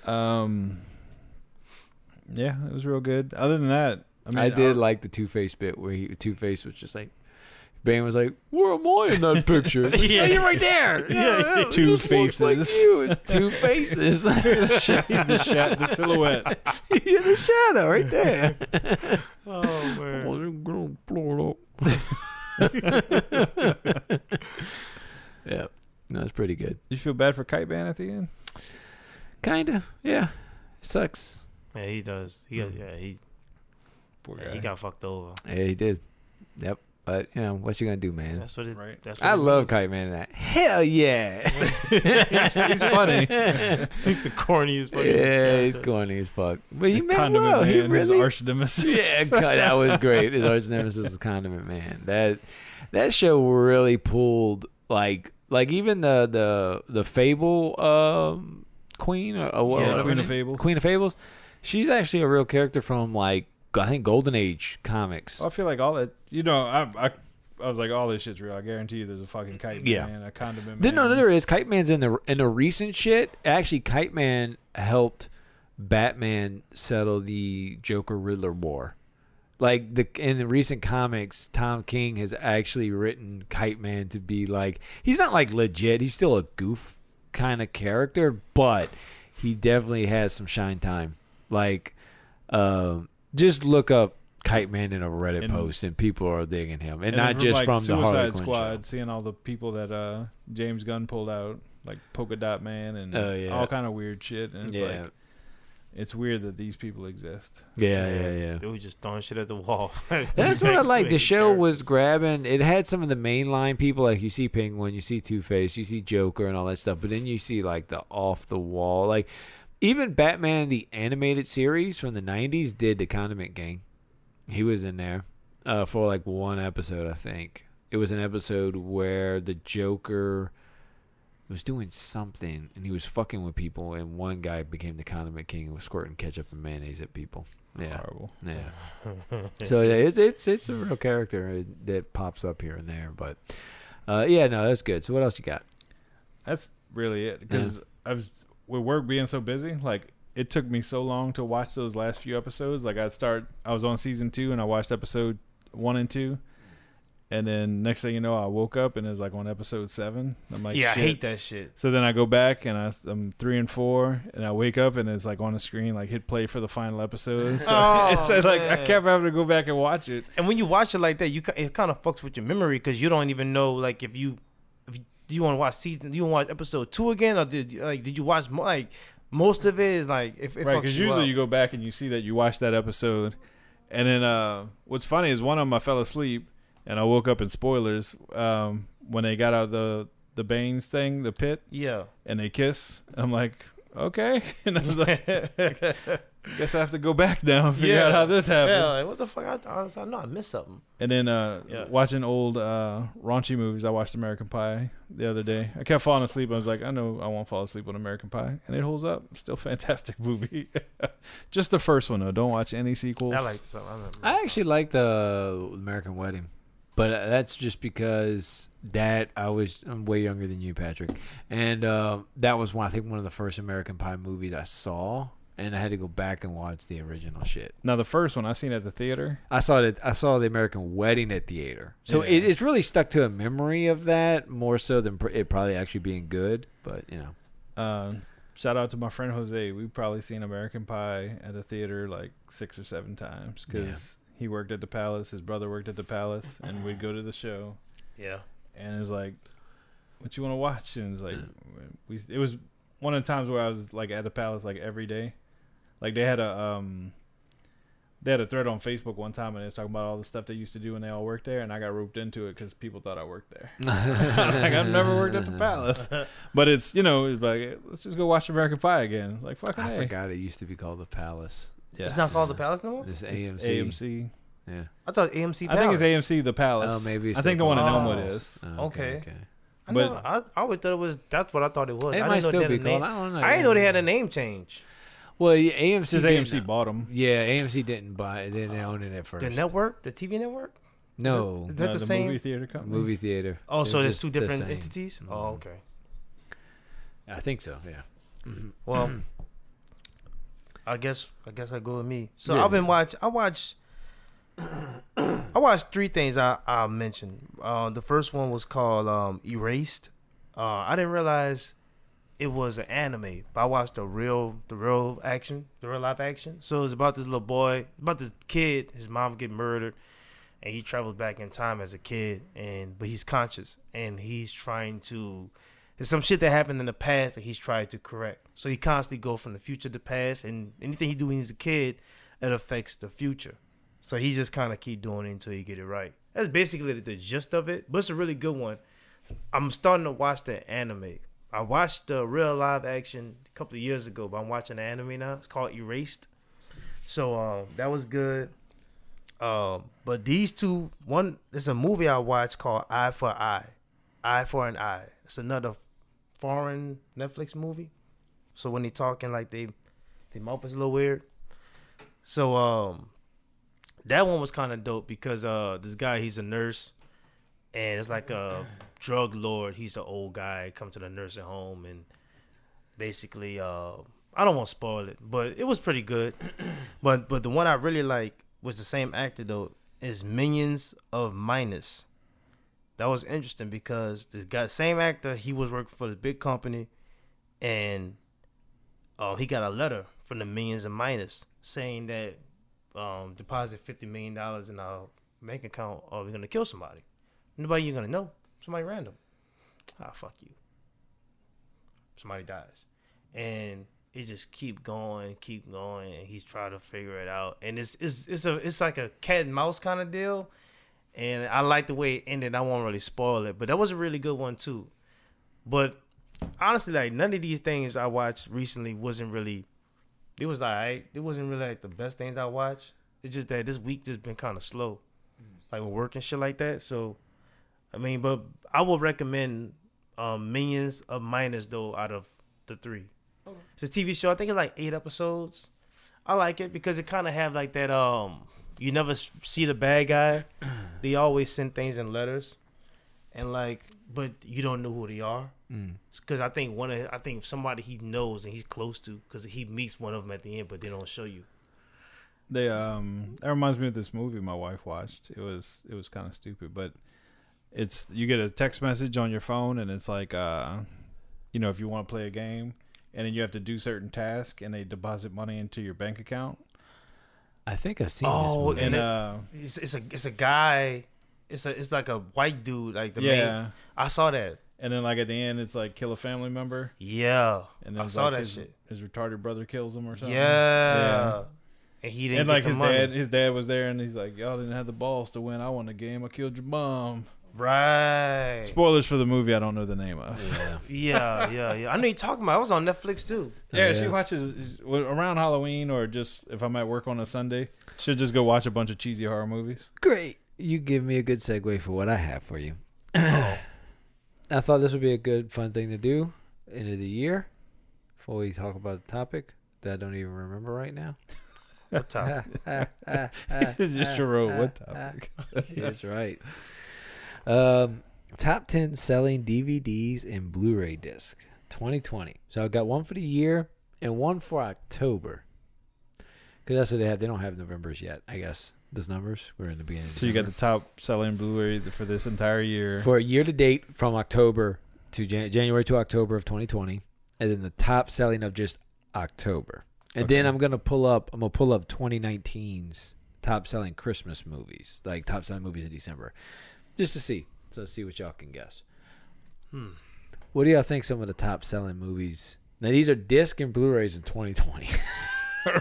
S3: um, yeah, it was real good. Other than that, I
S5: I,
S3: mean,
S5: did
S3: I-
S5: like the Two Face bit where he Two Face was just like, Bane was like, "Where am I in that picture?" It's like,
S4: Yeah.
S5: "Oh, you're right there.
S4: Yeah,
S5: Yeah, it
S3: Two
S5: just looks like
S3: Faces.
S5: you. It's two faces.
S3: the, shade, the, sha- the silhouette.
S5: you're the shadow right there.
S4: Oh man.
S5: you're gonna blow it up. yeah, no, it's pretty good.
S3: You feel bad for Kite Man at the end?
S5: Kinda. Yeah, it sucks.
S4: Yeah, he does. He yeah he
S3: Poor
S4: yeah, he got fucked over.
S5: Yeah, he did. Yep. But you know what you gonna do, man.
S4: That's what it.
S3: Right.
S4: That's what
S5: I
S4: it
S5: love
S4: is.
S5: Kite Man. and I- Hell yeah.
S3: he's, he's funny.
S4: He's the corniest. fucking
S5: Yeah, he's
S4: character.
S5: corny as fuck. But
S3: The
S5: he meant
S3: Condiment
S5: well. He
S3: Man is
S5: really,
S3: arch nemesis.
S5: yeah, God, that was great. His arch nemesis was Condiment Man. That that show really pulled like like even the the the Fable um Queen or, or
S4: Yeah,
S5: whatever
S3: Queen
S5: her
S3: of
S5: name-
S3: Fables.
S5: Queen of Fables. She's actually a real character from like I think Golden Age comics.
S3: I feel like all that. You know, I, I, I was like, all this shit's real. I guarantee you, there's a fucking Kite
S5: Yeah.
S3: Man, a condiment.
S5: Then no,
S3: man.
S5: no, there is. Kite Man's in the in the recent shit. Actually, Kite Man helped Batman settle the Joker Riddler war. Like the in the recent comics, Tom King has actually written Kite Man to be like he's not like legit. He's still a goof kind of character, but he definitely has some shine time. Like, um, just look up Kite Man in a Reddit
S3: And-
S5: post, and people are digging him, and,
S3: And
S5: not
S3: then
S5: just
S3: like,
S5: from the
S3: Suicide
S5: Harley Quinn
S3: Squad,
S5: show.
S3: seeing all the people that uh, James Gunn pulled out, like Polka Dot Man and
S5: Oh, yeah.
S3: all kind of weird shit. And it's
S5: Yeah.
S3: like, it's weird that these people exist.
S5: yeah, yeah, yeah.
S4: They were just throwing shit at the wall.
S5: That's what I like. The
S4: Making
S5: show was
S4: characters.
S5: grabbing. It had some of the mainline people, like you see Penguin, you see Two Face, you see Joker, and all that stuff. But then you see like the off the wall, like even Batman the animated series from the '90s did the Condiment Gang. He was in there uh, for like one episode, I think. It was an episode where the Joker was doing something and he was fucking with people and one guy became the condiment king and was squirting ketchup and mayonnaise at people. Yeah.
S3: Horrible.
S5: Yeah. so yeah, it's it's it's a real character that pops up here and there, but uh, yeah, no, that's good. So what else you got?
S3: That's really it. Because I was with work being so busy, like it took me so long to watch those last few episodes. Like I'd start, I was on season two, and I watched episode one and two, and then next thing you know, I woke up and it was like on episode seven. I'm like,
S4: yeah,
S3: shit.
S4: I hate that shit.
S3: So then I go back and I, am three and four, and I wake up and it's like on the screen, like hit play for the final episode. So
S4: Oh,
S3: it's like I
S4: man.
S3: kept having to go back and watch it.
S4: And when you watch it like that, you ki- it kind of fucks with your memory because you don't even know like if you if you, do you want to watch season do you want to watch episode two again or did you- like did you watch mo- like most of it is like if it
S3: right,
S4: fucks
S3: because
S4: you
S3: usually
S4: up.
S3: you go back and you see that you watched that episode, and then uh, what's funny is one of them I fell asleep and I woke up in spoilers um, when they got out of the the Baines thing, the pit,
S4: yeah
S3: and they kiss. I'm like, okay, and I was like, guess I have to go back now and figure out how this happened.
S4: yeah
S6: Yeah.
S4: like what the fuck I, I, was- I know I missed something
S3: And then uh,
S4: Yeah.
S3: watching old uh, raunchy movies, I watched American Pie the other day. I kept falling asleep. I was like, I know I won't fall asleep on American Pie, and it holds up. Still fantastic movie. Just the first one though. Don't watch any sequels.
S4: I like something I remember.
S5: I actually like the American Wedding, but uh, that's just because that I was I'm way younger than you, Patrick, and uh, that was one I think one of the first American Pie movies I saw, and I had to go back and watch the original shit.
S3: Now the first one I seen at the theater.
S5: I saw it. I saw the American Wedding at theater, so
S3: Yeah.
S5: it, it's really stuck to a memory of that more so than pr- it probably actually being good. But you know,
S3: Uh, shout out to my friend Jose. We've probably seen American Pie at the theater like six or seven times because he worked at the Palace. His brother worked at the Palace, and we'd go to the show.
S4: yeah
S3: and it was like, "What you want to watch?" And it was like, we it was one of the times where I was like at the palace like every day, like they had a um, they had a thread on Facebook one time and it was talking about all the stuff they used to do when they all worked there, and I got roped into it because people thought I worked there. I was like, I've never worked at the palace, but it's you know it's like let's just go watch American Pie again. It's like fuck,
S5: I
S3: hey.
S5: forgot it used to be called the Palace.
S3: Yeah.
S4: it's not called the Palace no more
S5: This AMC.
S3: It's AMC.
S5: Yeah.
S4: I thought AMC
S3: I think
S4: Palace.
S3: it's AMC the Palace.
S5: Oh, maybe it's
S3: I think the
S5: still
S3: one in
S4: called
S3: Elmwood
S4: Palace.
S3: is.
S5: Oh,
S4: Okay.
S5: okay.
S4: I,
S3: but-
S4: know, I, I always thought it was that's what I thought it was
S5: It
S4: I
S5: might
S4: didn't know
S5: still
S4: they had
S5: be
S4: a
S5: called.
S4: name.
S5: I don't know.
S4: I didn't know they had a name change
S5: Well, yeah, AMC.
S3: Since
S5: didn't-
S3: AMC bought them.
S5: Yeah, AMC didn't buy. it. They didn't
S4: Oh.
S5: own it at first.
S4: the network the TV network
S5: No,
S4: Is that
S3: No,
S4: the same-
S3: uh, movie theater company?
S5: movie theater.
S4: oh
S5: They're
S4: so there's
S5: just
S4: two
S5: the
S4: different
S5: same.
S4: entities oh
S3: Mm-hmm.
S4: okay
S5: I think so. Yeah.
S4: Well, I guess I guess I go with me. So
S5: Yeah.
S4: I've been watch. I watch. I watched three things I, I mentioned. Uh, the first one was called um, Erased. Uh, I didn't realize it was an anime, but I watched the real the real action, the real life action. So it's about this little boy, about this kid. His mom get murdered, and he travels back in time as a kid, and but he's conscious and he's trying to. There's some shit that happened in the past that he's tried to correct. So he constantly go from the future to past, and anything he do when he's a kid, it affects the future. So he just kind of keep doing it until he get it right. That's basically the, the gist of it. But it's a really good one. I'm starting to watch the anime. I watched the real live action a couple of years ago, but I'm watching the anime now. It's called Erased. So um, that was good. Um, but these two, one, there's a movie I watched called Eye for Eye, Eye for an Eye. It's another foreign Netflix movie. So when they talking like they they mouth is a little weird. So um that one was kind of dope because uh this guy he's a nurse and it's like a drug lord. He's an old guy come to the nursing home and basically uh I don't want to spoil it, but it was pretty good. but but the one I really like was the same actor though is Minions of Minus that was interesting because this guy, same actor, he was working for this big company, and uh, he got a letter from the millions and minus saying that um, deposit fifty million dollars in our bank account, or we're gonna kill somebody. Nobody you're gonna know, somebody random. Ah, fuck you. Somebody dies, and it just keep going, keep going, and he's trying to figure it out. And it's it's it's a it's like a cat and mouse kind of deal and I like the way it ended. I won't really spoil it, but that was a really good one too. But honestly, like none of these things I watched recently wasn't really. It was alright. It wasn't really like the best things I watched. It's just that this week just been kind of slow, like with work and shit like that. So, I mean, but I will recommend um, Minions of Minus though out of the three. It's a TV show. I think it's like eight episodes. I like it because it kind of have like that. Um, you never s- see the bad guy. they always send things in letters, and like, but you don't know who they are.
S3: Mm.
S4: Because I think one of I think somebody he knows and he's close to because he meets one of them at the end, but they don't show you.
S3: They um that reminds me of this movie my wife watched. It was it was kind of stupid, but it's you get a text message on your phone and it's like uh you know if you want to play a game and then you have to do certain tasks and they deposit money into your bank account
S5: I think I've seen this
S4: Oh,
S5: movie.
S3: and
S4: it-
S3: uh
S4: It's, it's a it's a guy. It's a it's like a white dude like the
S3: yeah
S4: main. I saw that.
S3: and then like at the end it's like kill a family member
S4: Yeah,
S3: and then
S4: I
S3: it's,
S4: saw
S3: like,
S4: that
S3: his,
S4: shit.
S3: his retarded brother kills him or
S4: Yeah.
S3: something Yeah.
S4: and he didn't
S3: and
S4: get
S3: like
S4: the
S3: his
S4: money.
S3: dad his dad was there and he's like y'all didn't have the balls to win I won the game I killed your mom
S4: Right.
S3: spoilers for the movie I don't know the name of
S4: yeah, yeah, yeah. I know you're talking about. I was on Netflix too.
S3: Yeah,
S5: Yeah.
S3: she watches well, around Halloween or just if I'm at work on a Sunday, she'll just go watch a bunch of cheesy horror movies.
S5: Great. You give me a good segue for what I have for you.
S3: Oh.
S5: I thought this would be a good, fun thing to do end of the year before we talk about the topic that I don't even remember right now.
S4: What time?
S3: it's just Jerome. what topic?
S5: That's right. Um, top 10 selling DVDs and Blu ray disc 2020. So I've got one for the year and one for October. Because that's what they have. They don't have November's yet, I guess. Those numbers were in the beginning. of
S3: So you got
S5: December.
S3: the top selling Blu-ray th- for this entire year.
S5: for year to date from October to Jan- January to October of 2020, and then the top selling of just October. And then
S3: Okay.
S5: I'm gonna pull up. I'm gonna pull up 2019's top selling Christmas movies, like top selling movies in December, just to see. So see what y'all can guess. Hmm. What do y'all think? Some of the top selling movies. Now these are disc and Blu-rays in 2020.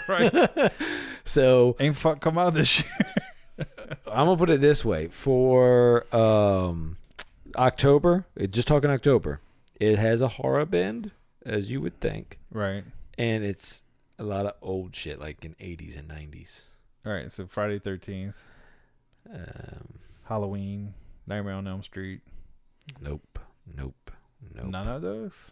S3: right?
S5: so
S3: Ain't fuck come out this year.
S5: I'm gonna put it this way: for um, October, it- just talking October, it has a horror bend, as you would think,
S3: Right.
S5: and it's a lot of old shit, like in 80s and 90s.
S3: All right. So Friday Thirteenth,
S5: Um,
S3: Halloween, Nightmare on Elm Street.
S5: nope, nope, nope,
S3: None of those.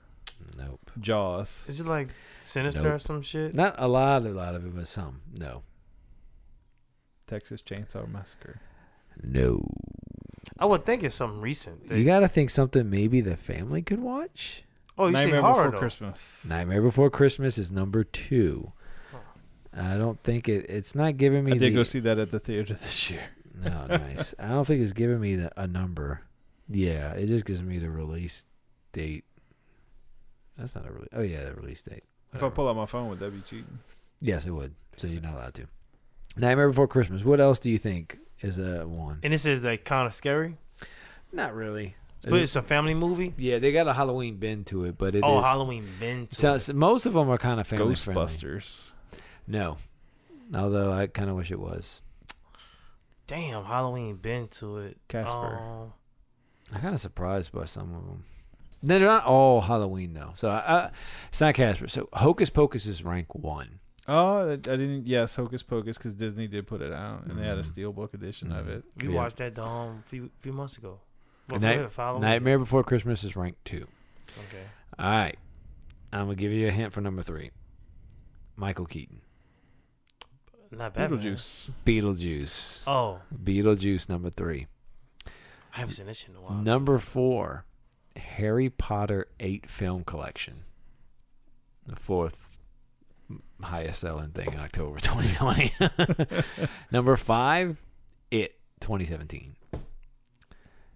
S5: nope.
S3: Jaws.
S4: Is it like sinister or
S5: Nope.
S4: some shit?
S5: Not a lot, a lot of it, but some. No,
S3: Texas Chainsaw Massacre.
S5: no.
S4: I would think it's something recent. that-
S5: You gotta think something maybe the family could watch.
S4: oh, you say
S3: Nightmare
S4: horror
S3: Before
S4: though.
S3: Christmas.
S5: Nightmare Before Christmas is number two. I don't think it. It's not giving me.
S3: I did
S5: the,
S3: go see that at the theater this year.
S5: No, Oh, nice. I don't think it's giving me the, a number. Yeah, it just gives me the release date. That's not a release. Oh yeah, the release
S3: If
S5: date.
S3: I
S5: Whatever.
S3: pull out my phone, would that be cheating?
S5: yes, it would. So you're not allowed to. Nightmare Before Christmas. What else do you think is a one?
S4: And this is like kind of scary,
S5: not really.
S4: but it's a family movie.
S5: yeah, they got a Halloween bend to it, but it is.
S4: oh, Halloween been to
S5: so,
S4: it.
S5: so most of them are kind of family friendly.
S3: Ghostbusters.
S5: No, although I kind of wish it was.
S4: Damn, Halloween been to it.
S3: Casper.
S4: Um,
S5: I'm kind of surprised by some of them. They're not all Halloween though. So I, I, it's not Casper. So Hocus Pocus is rank one.
S3: Oh, I I didn't. Yes, Hocus Pocus, because Disney did put it out, and they had a steelbook edition of
S5: Mhm.
S3: it.
S4: we
S5: Yeah.
S4: watched that um few few months ago. Well,
S5: Night-
S4: for- for Halloween.
S5: Nightmare Before Christmas is ranked two.
S4: Okay.
S5: All right, I'm gonna give you a hint for number three. Michael Keaton,
S4: Not bad.
S3: Beetlejuice.
S5: Beetlejuice.
S4: Oh,
S5: Beetlejuice number three.
S4: I haven't seen this shit in a while.
S5: number four, Harry Potter eight film collection. The fourth m- highest selling thing in October 2020. number five, It 2017.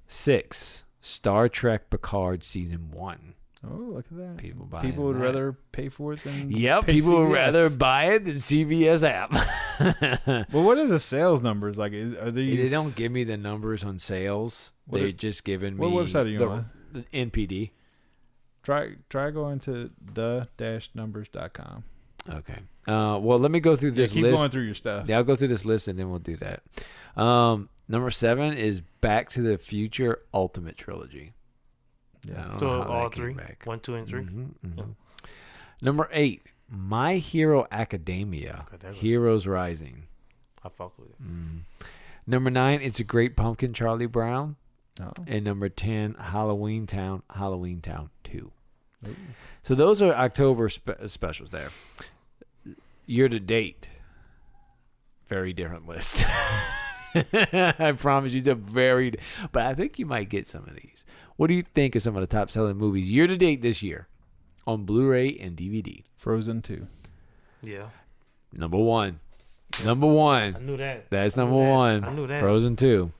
S5: Six, Star Trek Picard season one.
S3: Oh, look at that.
S5: People buy.
S3: People would rather pay for it than.
S5: Yep,
S3: pay E
S5: people would
S3: CVS.
S5: rather buy it than CVS app.
S3: Well, what are the sales numbers like? is- Are these?
S5: they don't give me the numbers on sales.
S3: What
S5: They're
S3: it-
S5: just giving me
S3: what website are you
S5: the,
S3: on?
S5: the NPD.
S3: Try try going to the dash numbers dot com.
S5: Okay. Uh, well, let me go through
S3: Yeah,
S5: this
S3: keep
S5: list.
S3: going through your stuff.
S5: Yeah, I'll go through this list and then we'll do that. Um, number seven is Back to the Future Ultimate Trilogy. I don't know
S4: So
S5: how
S4: all
S5: that came
S4: three, Oh.
S5: back.
S4: one, two, and 3
S5: Mhm, mhm. Number eight, My Hero Academia,
S4: Okay, there's a-
S5: Heroes Rising.
S4: Mm-hmm.
S5: Mm.
S4: I fuck with it.
S5: Number nine, It's a Great Pumpkin, Charlie Brown.
S3: Oh.
S5: and number 10 halloween town halloween town 2
S3: Ooh.
S5: so those are october spe- uh, specials there year to date very different list i promise you it's a very but i think you might get some of these what do you think of some of the top selling movies year to date this year on blu-ray and dvd
S3: Frozen two.
S4: Yeah,
S5: number one number one
S6: I knew that.
S5: that's
S4: I knew
S5: number
S4: that.
S5: one
S4: I knew that.
S5: frozen 2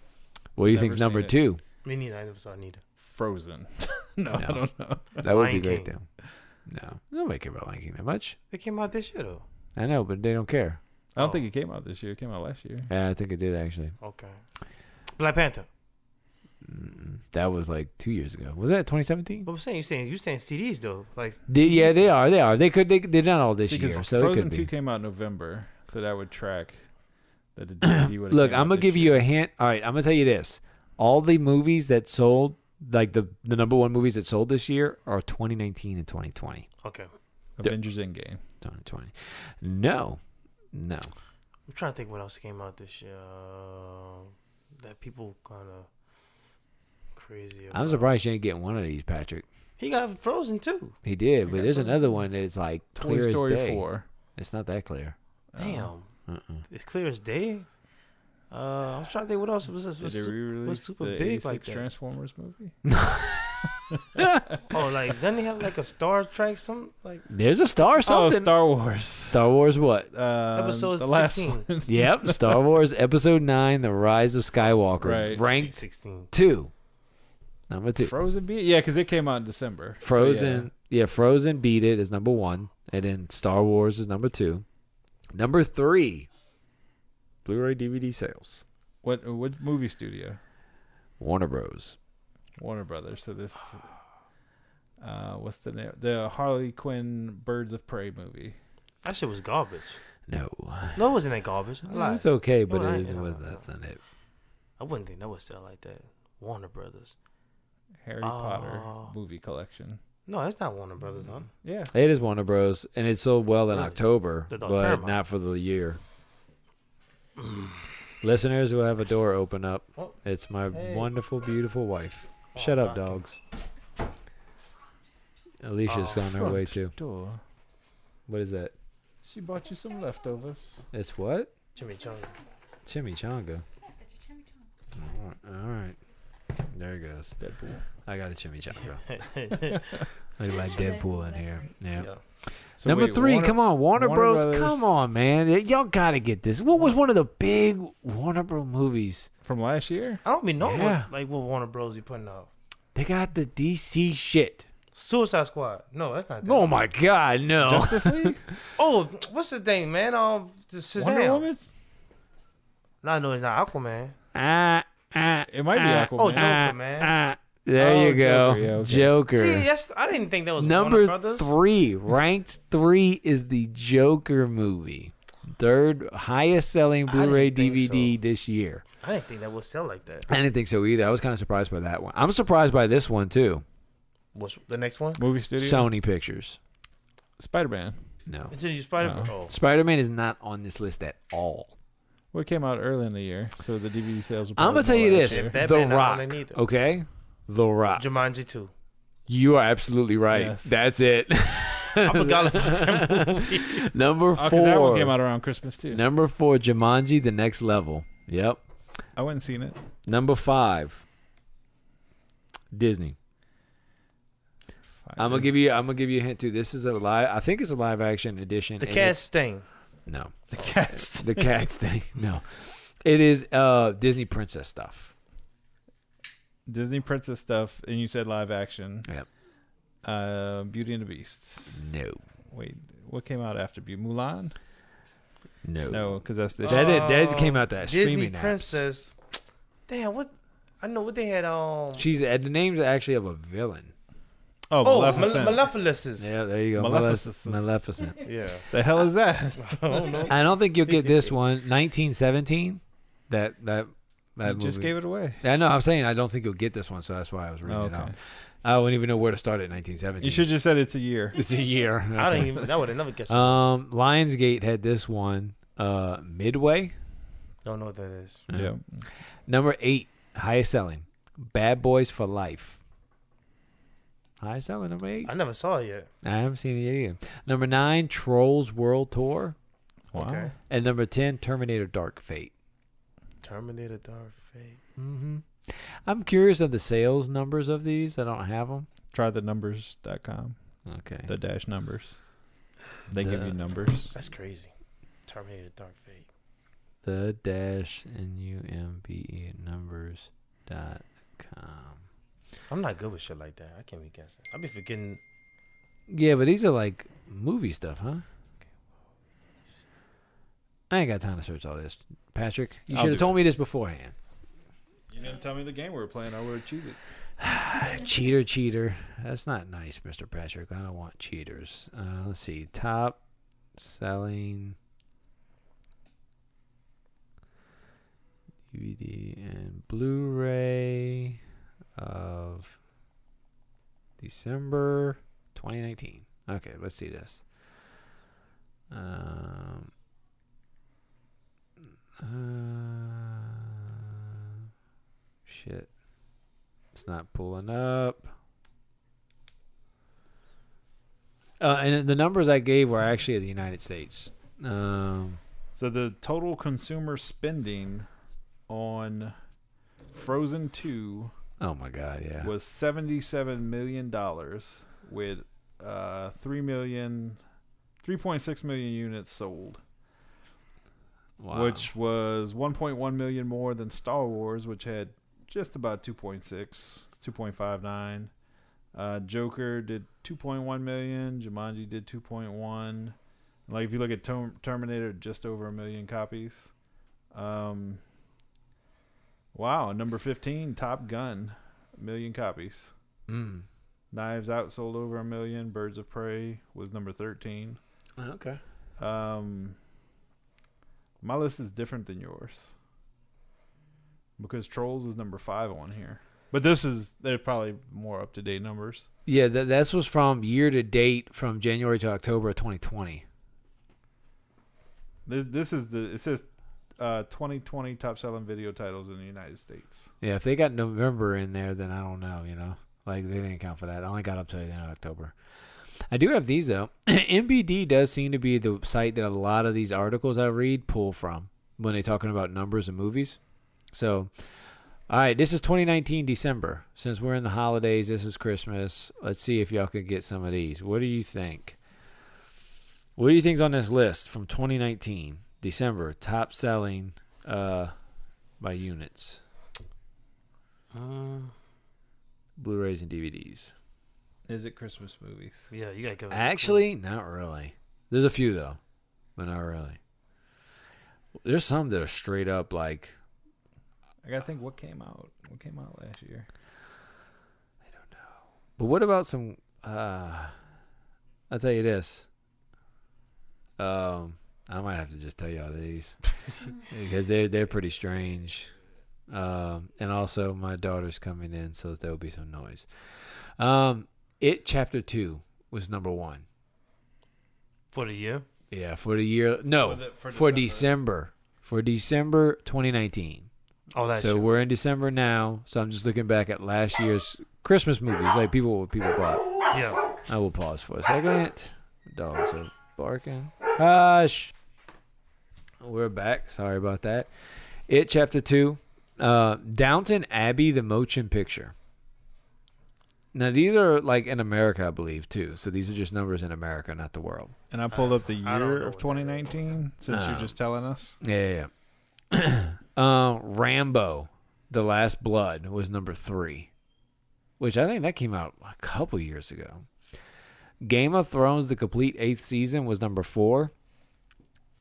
S5: what do you
S3: Never
S5: think's number
S3: seen it.
S5: two
S6: Me neither. I never saw neither.
S3: Frozen. no, I
S5: No.
S3: don't know.
S5: that would
S4: Lion
S5: be great
S4: King.
S5: though no nobody care about lion king that much
S4: it came out this year though.
S5: I know, but they don't care.
S3: I don't
S4: Oh.
S3: think it came out this year. It came out last year.
S5: Yeah, I think it did actually.
S4: Okay, Black Panther.
S5: Mm, That was like two years ago. Was that 2017?
S4: What I'm saying, you saying you saying CDs though, like
S5: They- yeah, they are. They are. They could. They, they're not all this
S3: Because
S5: year, so it
S3: Frozen
S5: could
S3: two
S5: be.
S3: came out in November, so that would track that the DVD would.
S5: Look, I'm gonna give you a hint. All right, I'm gonna tell you this. All the movies that sold, like the the number one movies that sold this year, are 2019 and 2020.
S4: okay.
S3: Avengers Endgame.
S5: 2020. No, no.
S4: I'm trying to think what else came out this year uh, that people kind of crazy. About.
S5: I'm surprised you ain't getting one of these, Patrick.
S4: he got Frozen too.
S5: He did, but
S3: got
S5: there's
S3: Frozen.
S5: another one that's like
S3: Toy
S5: clear
S3: Story
S5: as day.
S3: four.
S5: It's not that clear.
S3: Oh.
S4: Damn,
S5: Uh-uh.
S4: it's clear as day. Uh, I'm trying to think what else was this.
S3: Did
S4: was
S3: they
S4: su-
S3: re-release
S4: super
S3: the
S4: big
S3: 86
S4: like that?
S3: Transformers movie?
S4: oh, like doesn't he have like a Star Trek? Some like
S5: There's a star something.
S3: Oh, Star Wars.
S5: Star Wars what?
S3: Uh,
S4: episode
S3: the last
S4: sixteen.
S3: one.
S5: Yep, Star Wars Episode Nine: The Rise of Skywalker,
S3: Right.
S5: ranked
S4: sixteen.
S5: two, number two.
S3: Frozen beat. Yeah, because it came out in December. So,
S5: Frozen, yeah. Frozen beat it is number one, and then Star Wars is number two. Number three, Blu-ray DVD sales,
S3: What what movie studio?
S5: Warner Bros.
S3: Warner Brothers. So this. Uh, what's the name? The Harley Quinn Birds of Prey movie.
S4: That shit was garbage.
S5: No,
S4: No, it wasn't that garbage. I lied.
S5: it's okay, but
S4: No, I-
S5: it is, it
S4: no,
S5: was
S4: no.
S5: that's not it.
S4: I wouldn't think that would sell like that. Warner Brothers.
S3: Harry Potter
S4: Oh.
S3: movie collection.
S4: No, that's not Warner Brothers. Huh?
S5: Mm-hmm.
S3: Yeah.
S5: It is Warner Bros. and it sold well in
S4: Really?
S5: October,
S4: The
S5: but
S4: dog Paramount.
S5: not for the year. Listeners will have a door open up.
S4: Oh.
S5: It's my
S4: Hey. Oh,
S5: wonderful, beautiful wife. Shut up,
S4: fuck.
S5: dogs. Alicia's
S4: Oh,
S5: on her way too.
S3: Door.
S5: What is that?
S3: She bought you some leftovers.
S5: It's what?
S4: Jimmy Chung.
S5: Chimichanga. All right. All right. There it goes.
S3: Deadpool.
S5: I got a chimichanga. Look like Deadpool in here. Yeah.
S3: So
S5: Number
S3: wait,
S5: three,
S3: Warner-
S5: come on, Warner,
S3: Warner
S5: Bros.
S3: Brothers-
S5: Come on, man, Y- y'all gotta get this. What was one of the big Warner Bros. movies?
S3: from last year.
S4: I don't even know
S5: Yeah.
S4: what, like what Warner Bros. be putting out.
S5: They got the DC shit.
S4: Suicide Squad. No, that's not. That.
S5: Oh my God, no!
S3: Justice League.
S4: Oh, what's the thing, man? Um, the Shazam.
S3: Wonder Woman.
S4: No, no, it's not Aquaman.
S5: ah, ah,
S3: It might be
S5: ah,
S3: Aquaman.
S4: Oh, Joker,
S5: ah,
S4: man.
S5: ah. There
S3: Oh,
S5: you go,
S3: Joker, yeah, okay.
S5: Joker.
S4: See, yes, I didn't think that was Warner
S5: Number
S4: Brothers.
S5: three, ranked three, is the Joker movie, third highest selling
S4: I didn't
S5: Blu-ray
S4: think
S5: DVD
S4: so.
S5: this year.
S4: I didn't think that would sell like that.
S5: I didn't think so either. I was kind of surprised by that one. I'm surprised by this one too.
S4: What's the next one?
S3: Movie studio.
S5: Sony Pictures.
S3: Spider Man.
S5: No.
S4: Into the Spider. Oh,
S5: Spider Man is not on this list at all.
S3: Well, it came out early in the year, so the DVDs sales.
S5: I'm gonna tell you this:
S4: shit.
S5: The
S4: Batman not on
S5: Rock.
S4: it neither.
S5: Okay, The Rock.
S4: Jumanji two.
S5: You are absolutely right.
S3: Yes.
S5: That's it.
S4: I forgot about that.
S5: Number
S3: Oh,
S5: four.
S3: 'cause that one came out around Christmas too.
S5: Number four, Jumanji: The Next Level. Yep.
S3: I went and seen it.
S5: Number five, Disney. I'm gonna give you. I'm gonna give you a hint too. This is a live. I think it's a live action edition.
S4: The
S5: and
S4: Cats thing.
S5: it's- No,
S3: the cats.
S5: the cats thing. No, it is uh Disney princess stuff.
S3: Disney princess stuff, and you said live action.
S5: Yep.
S3: Uh, Beauty and the Beast.
S5: No,
S3: Wait, what came out after Beauty? Mulan?
S5: no,
S3: No, because that's this.
S5: That, it, that came out that
S6: Oh, Disney
S5: streaming apps.
S6: Princess.
S4: Damn, what? I know what they had. Um.
S5: She's uh, the name's actually of a villain.
S3: oh,
S6: Oh,
S3: Maleficent.
S6: Male- Maleficent.
S5: Yeah, there you go.
S3: Maleficent.
S5: Maleficent. Maleficent.
S6: Yeah.
S3: the hell is that?
S4: Oh,
S5: I don't think you'll get this one. 1917. That that that
S3: you
S5: movie.
S3: just gave it away.
S5: I know. I'm saying I don't think you'll get this one, so that's why I was reading it
S3: Okay.
S5: out. I don't even know where to start at 1917.
S3: You should just said it's a year.
S5: It's a year.
S4: I
S5: Okay.
S4: don't even. That would have never guessed.
S5: Um, Lionsgate had this one. Uh, Midway,
S4: Don't know what that is.
S3: Yeah.
S5: number eight, highest selling. Bad Boys for Life. High selling number eight.
S6: I never saw it yet.
S5: I haven't seen it yet either. Number nine, Trolls World Tour,
S3: Wow.
S6: Okay.
S5: and number ten, Terminator Dark Fate.
S6: Terminator Dark Fate.
S3: Mm-hmm.
S5: hmm I'm curious of the sales numbers of these. I don't have them.
S3: Try the numbers.com.
S5: Okay.
S3: The dash numbers. They give
S5: The-
S3: you numbers.
S6: That's crazy. Terminator Dark Fate.
S5: the dash n u m b e numbers dot com.
S6: I'm not good with shit like that. I can't be guessing. I be forgetting.
S5: Yeah, but these are like movie stuff, huh? I ain't got time to search all this, Patrick. You
S3: I'll
S5: should have
S3: do
S5: told me this beforehand.
S3: You didn't tell me the game we were playing. I would have cheated.
S5: Cheater, cheater. That's not nice, Mr. Patrick. I don't want cheaters. Uh, let's see. Top selling DVD and Blu ray of December 2019. Okay, let's see this. Um, uh, shit. It's not pulling up. Uh, and the numbers I gave were actually of the United States. Um,
S3: So the total consumer spending on Frozen 2
S5: oh my God, yeah.
S3: was $77 million with uh, 3 million, 3.6 million units sold,
S5: Wow.
S3: which was 1.1 million more than Star Wars, which had just about 2.6, 2.59. Uh, Joker did 2.1 million. Jumanji did 2.1. Like if you look at Tom- Terminator, just over a million copies. Um, wow, number 15, Top Gun, a million copies.
S5: Mm.
S3: Knives Out sold over a million. Birds of Prey was number 13.
S5: Okay.
S3: Um, my list is different than yours because Trolls is number five on here. But this is they're probably more up to date numbers.
S5: Yeah, that this was from year to date from January to October of 2020.
S3: This this is the it says uh, 2020 top selling video titles in the United States.
S5: Yeah, if they got November in there, then I don't know, you know. Like, they didn't count for that. I only got up to the end of October. I do have these, though. MBD does seem to be the site that a lot of these articles I read pull from when they're talking about numbers and movies. So, all right, this is 2019 December. Since we're in the holidays, this is Christmas. Let's see if y'all could get some of these. What do you think? What do you think's on this list from 2019 December top selling uh, by units? Uh, Blu-rays and DVDs.
S3: Is it Christmas movies?
S6: Yeah, you gotta give us.
S5: Actually, not really. There's a few though, but not really. There's some that are straight up like
S3: I gotta think what came out. What came out last year?
S5: But what about some? Uh, I'll tell you this. Um, I might have to just tell y'all these because they're they're pretty strange. Um, and also my daughter's coming in, so there will be some noise. Um, it chapter two was number one.
S6: for the year.
S5: Yeah, for the year. No,
S3: For the-
S5: for,
S3: for
S5: December. For December 2019.
S6: Oh, that's
S5: so we're in December now. So I'm just looking back at last year's Christmas movies, like people what people bought.
S6: yeah.
S5: I will pause for a second. Dogs are barking. Hush. We're back. Sorry about that. It chapter two. Uh, Downton Abbey, the motion picture. Now these are like in America, I believe, too. So these are just numbers in America, not the world.
S3: And I pulled up the
S6: I don't
S3: year
S6: know
S3: of
S6: what that is.
S3: 2019 since you're just telling us.
S5: Yeah, yeah. yeah. um, Rambo, The Last Blood was number three, which I think that came out a couple years ago. Game of Thrones, the complete eighth season, was number four.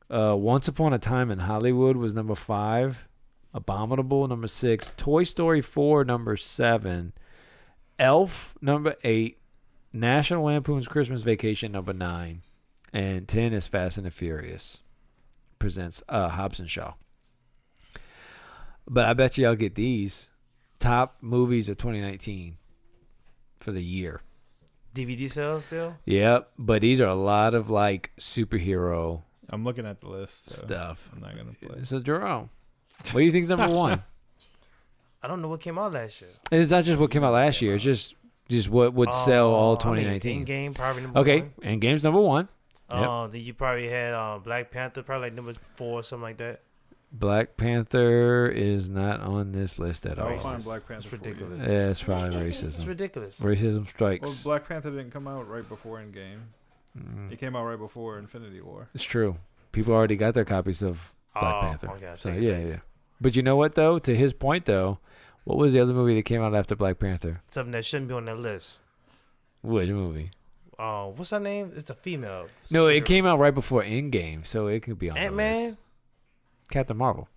S5: Uh, Once Upon a Time in Hollywood was number five. Abominable, number six. Toy Story 4, number seven. Elf, number eight. National Lampoon's Christmas Vacation, number nine. And 10 is Fast and the Furious presents uh, Hobbs and Shaw. But I bet you I'll get these top movies of 2019 for the year.
S6: DVD sales still.
S5: Yep, but these are a lot of like superhero
S3: I'm looking at the list. so
S5: stuff.
S3: I'm not gonna play.
S5: So Jerome, what do you think's number one?
S4: I don't know what came out last year.
S5: And it's not just what came out last year. It's just just what would
S4: Oh,
S5: sell all 2019.
S4: in game probably number
S5: okay,
S4: One.
S5: and game's number one. Yep.
S4: Uh, then you probably had uh, Black Panther probably like number four or something like that.
S5: Black Panther is not on this list at all.
S3: I'll
S4: Racist.
S3: find Black Panther.
S4: It's
S3: for you.
S4: ridiculous.
S5: Yeah, it's probably
S4: It's
S5: racism.
S4: ridiculous.
S5: Racism
S3: Well,
S5: strikes.
S3: Black Panther didn't come out right before Endgame.
S5: Mm.
S3: It came out right before Infinity War.
S5: It's true. People already got their copies of Black
S4: Oh,
S5: Panther.
S4: okay, I
S5: so
S4: take it
S5: yeah,
S4: back.
S5: yeah. But you know what though? To his point though, what was the other movie that came out after Black Panther?
S4: Something that shouldn't be on that list.
S5: Which movie?
S4: Uh, what's her name? It's the female.
S5: No,
S4: superhero.
S5: it came out right before Endgame, so it could be on the
S4: Ant Man.
S5: list. Captain Marvel.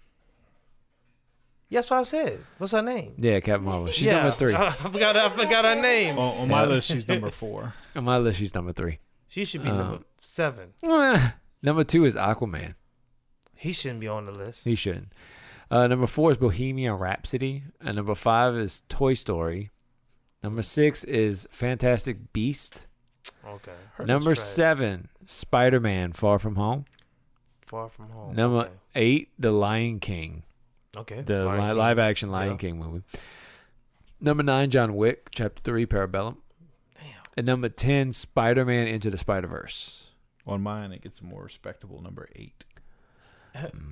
S4: Yeah, that's what I said. What's her name?
S5: Yeah, Captain Marvel. She's
S4: Yeah,
S5: number three.
S4: I, I forgot. I forgot her name.
S3: On, on my
S5: Yeah.
S3: list, she's number four.
S5: On my list, she's number three.
S4: She should be
S5: Uh,
S4: number seven.
S5: number two is Aquaman.
S4: He shouldn't be on the list.
S5: He shouldn't. Uh, number four is Bohemian Rhapsody. And number five is Toy Story. Number six is Fantastic Beast.
S4: Okay. Her
S5: number
S4: was trash.
S5: seven, Spider Man Far From Home.
S4: Far from home.
S5: number eight, The Lion King.
S4: okay. okay.
S5: The
S4: Lion
S5: li-
S4: King.
S5: live action Lion
S4: Yeah.
S5: King movie. Number nine, John Wick, Chapter Three, Parabellum.
S4: Damn.
S5: And number 10, Spider Man Into the Spider Verse.
S3: On mine, it gets a more respectable number eight.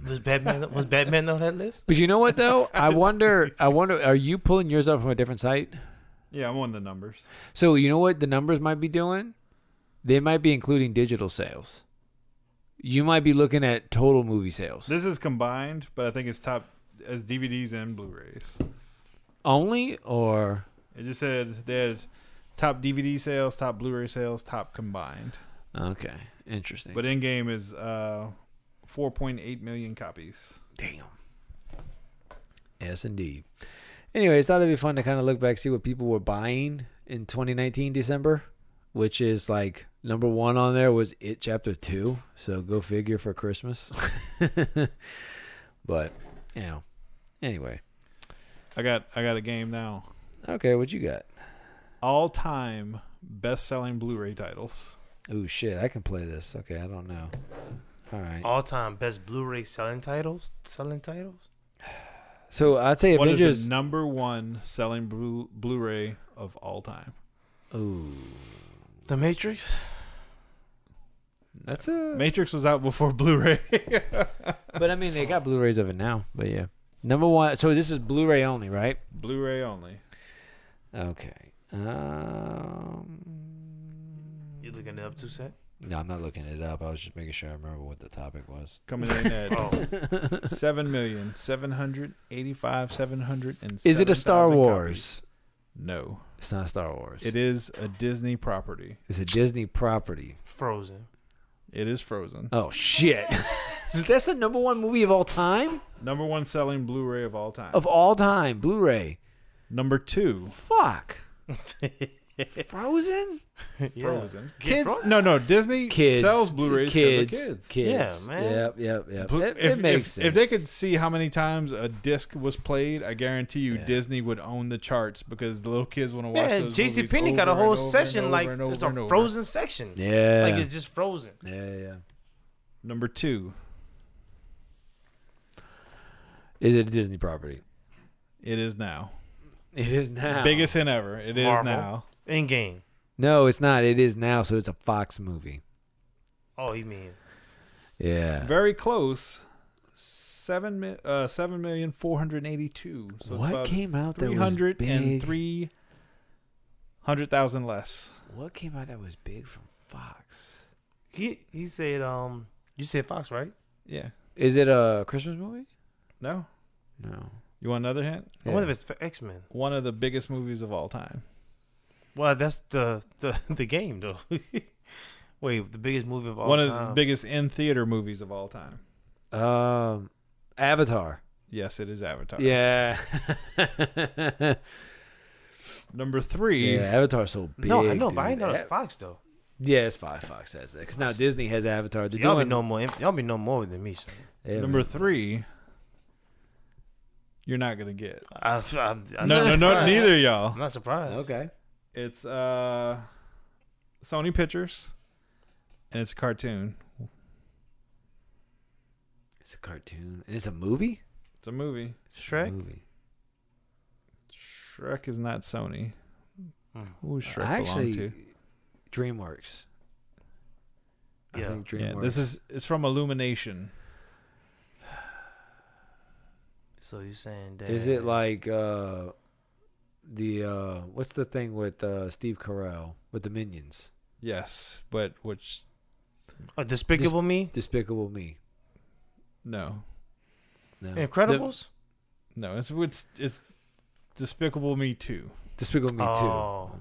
S4: Was Batman was Batman on that list?
S5: But you know what though? I wonder I wonder are you pulling yours up from a different site?
S3: Yeah, I'm on the numbers.
S5: So you know what the numbers might be doing? They might be including digital sales. You might be looking at total movie sales.
S3: This is combined, but I think it's top as DVDs and Blu-rays.
S5: Only or
S3: It just said they had top DVD sales, top Blu-ray sales, top combined.
S5: okay, interesting.
S3: But in game is uh, 4.8 million copies.
S5: damn. Yes, indeed. Anyways, thought it'd be fun to kind of look back, see what people were buying in 2019 December, which is like number one on there was It Chapter Two. So go figure for Christmas. but you know, anyway,
S3: I got I got a game now.
S5: okay, what you got?
S3: All-time best-selling Blu-ray titles.
S5: Oh shit, I can play this. Okay, I don't know. All right.
S4: All time best Blu-ray selling titles. Selling titles.
S5: So I'd say
S3: What is
S5: Avengers.
S3: the number one selling Blu- Blu-ray of all time?
S5: Ooh,
S4: The Matrix.
S5: that's a.
S3: Matrix was out before Blu-ray.
S5: But I mean, they got Blu-rays of it now. But yeah, number one. So this is Blu-ray only, right?
S3: Blu-ray only.
S5: Okay. Um.
S4: You looking it up too set?
S5: No, I'm not looking it up. I was just making sure I remember what the topic was.
S3: Coming in at
S4: Oh,
S3: seven million seven hundred eighty-five seven hundred and.
S5: Is it a Star
S3: 7,000
S5: Wars?
S3: copies. No,
S5: It's not Star Wars.
S3: it is a Disney property.
S5: It's a Disney property.
S4: Frozen.
S3: It is Frozen.
S5: Oh shit! that's the number one movie of all time,
S3: Number one selling Blu-ray of all time.
S5: of all time, Blu-ray.
S3: Number two,
S5: Fuck. Frozen.
S3: Frozen. Kids?
S5: Frozen.
S3: No, no. Disney
S5: kids
S3: sells Blu-rays because of kids.
S5: kids, kids.
S4: Yeah, man.
S5: Yep, yep, yep.
S3: Blu-
S5: it,
S3: if,
S5: it makes
S3: if,
S5: sense.
S3: if they could see how many times a disc was played, I guarantee you
S5: Yeah.
S3: Disney would own the charts because the little kids want to watch.
S4: Yeah,
S3: those
S4: JC
S3: movies
S4: Penney got
S3: over
S4: a
S3: and
S4: whole
S3: over and
S4: session
S3: over
S4: like
S3: and over
S4: it's a
S3: and over.
S4: Frozen section.
S5: yeah,
S4: Like it's just Frozen.
S5: yeah, yeah.
S3: Number two,
S5: Is it a Disney property?
S3: it is now.
S5: It is now.
S3: Biggest hit ever. It is
S4: Marvel.
S3: now.
S4: In game.
S5: No, it's not. It is now. So it's a Fox movie.
S4: Oh, you mean
S5: Yeah.
S3: Very close. Seven mi- uh seven million four hundred eighty two. So
S5: What came out that was
S3: three hundred and
S5: big?
S3: three hundred thousand less.
S5: What came out that was big from Fox?
S4: he he said um you said Fox right?
S3: Yeah.
S5: Is it a Christmas movie?
S3: No.
S5: No.
S3: You want another hint?
S4: I wonder
S5: Yeah.
S4: if it's X Men.
S3: One of the biggest movies of all time.
S4: Well, that's the the, the game though. Wait, the biggest movie of all
S3: One
S4: time.
S3: of the biggest in theater movies of all time.
S5: Um, Avatar.
S3: Yes, it is Avatar.
S5: Yeah.
S3: Number three.
S5: yeah. Avatar so big.
S4: no, I know,
S5: dude.
S4: but I didn't know
S5: A-
S4: it's Fox though.
S5: Yeah, it's Fox. Fox has that because now Disney has Avatar. They're
S4: y'all be
S5: doing-
S4: no more. Y'all be no more than me. Son.
S5: Yeah,
S3: Number
S5: man.
S3: three. You're not gonna get.
S4: I, I, I'm
S3: No,
S4: not
S3: no, no.
S4: surprised.
S3: Neither y'all.
S4: I'm not surprised.
S5: Okay.
S3: It's uh Sony Pictures and it's a cartoon.
S5: It's a cartoon and it's a movie.
S3: It's a movie.
S5: It's a
S4: Shrek?
S5: movie.
S3: Shrek is not Sony.
S4: Mm.
S3: Who's Shrek belong
S5: I actually
S3: to?
S5: DreamWorks. I
S4: Yeah.
S5: think
S3: Yeah,
S5: DreamWorks.
S3: this is it's from Illumination.
S4: So you saying that?
S5: Is it like uh the uh what's the thing with uh Steve Carell with the Minions?
S3: Yes, but which
S4: a Despicable Me?
S5: Despicable Me.
S3: no,
S5: No.
S4: Incredibles?
S3: no. It's it's it's Despicable Me too.
S5: The- Despicable Me
S4: Oh.
S5: too.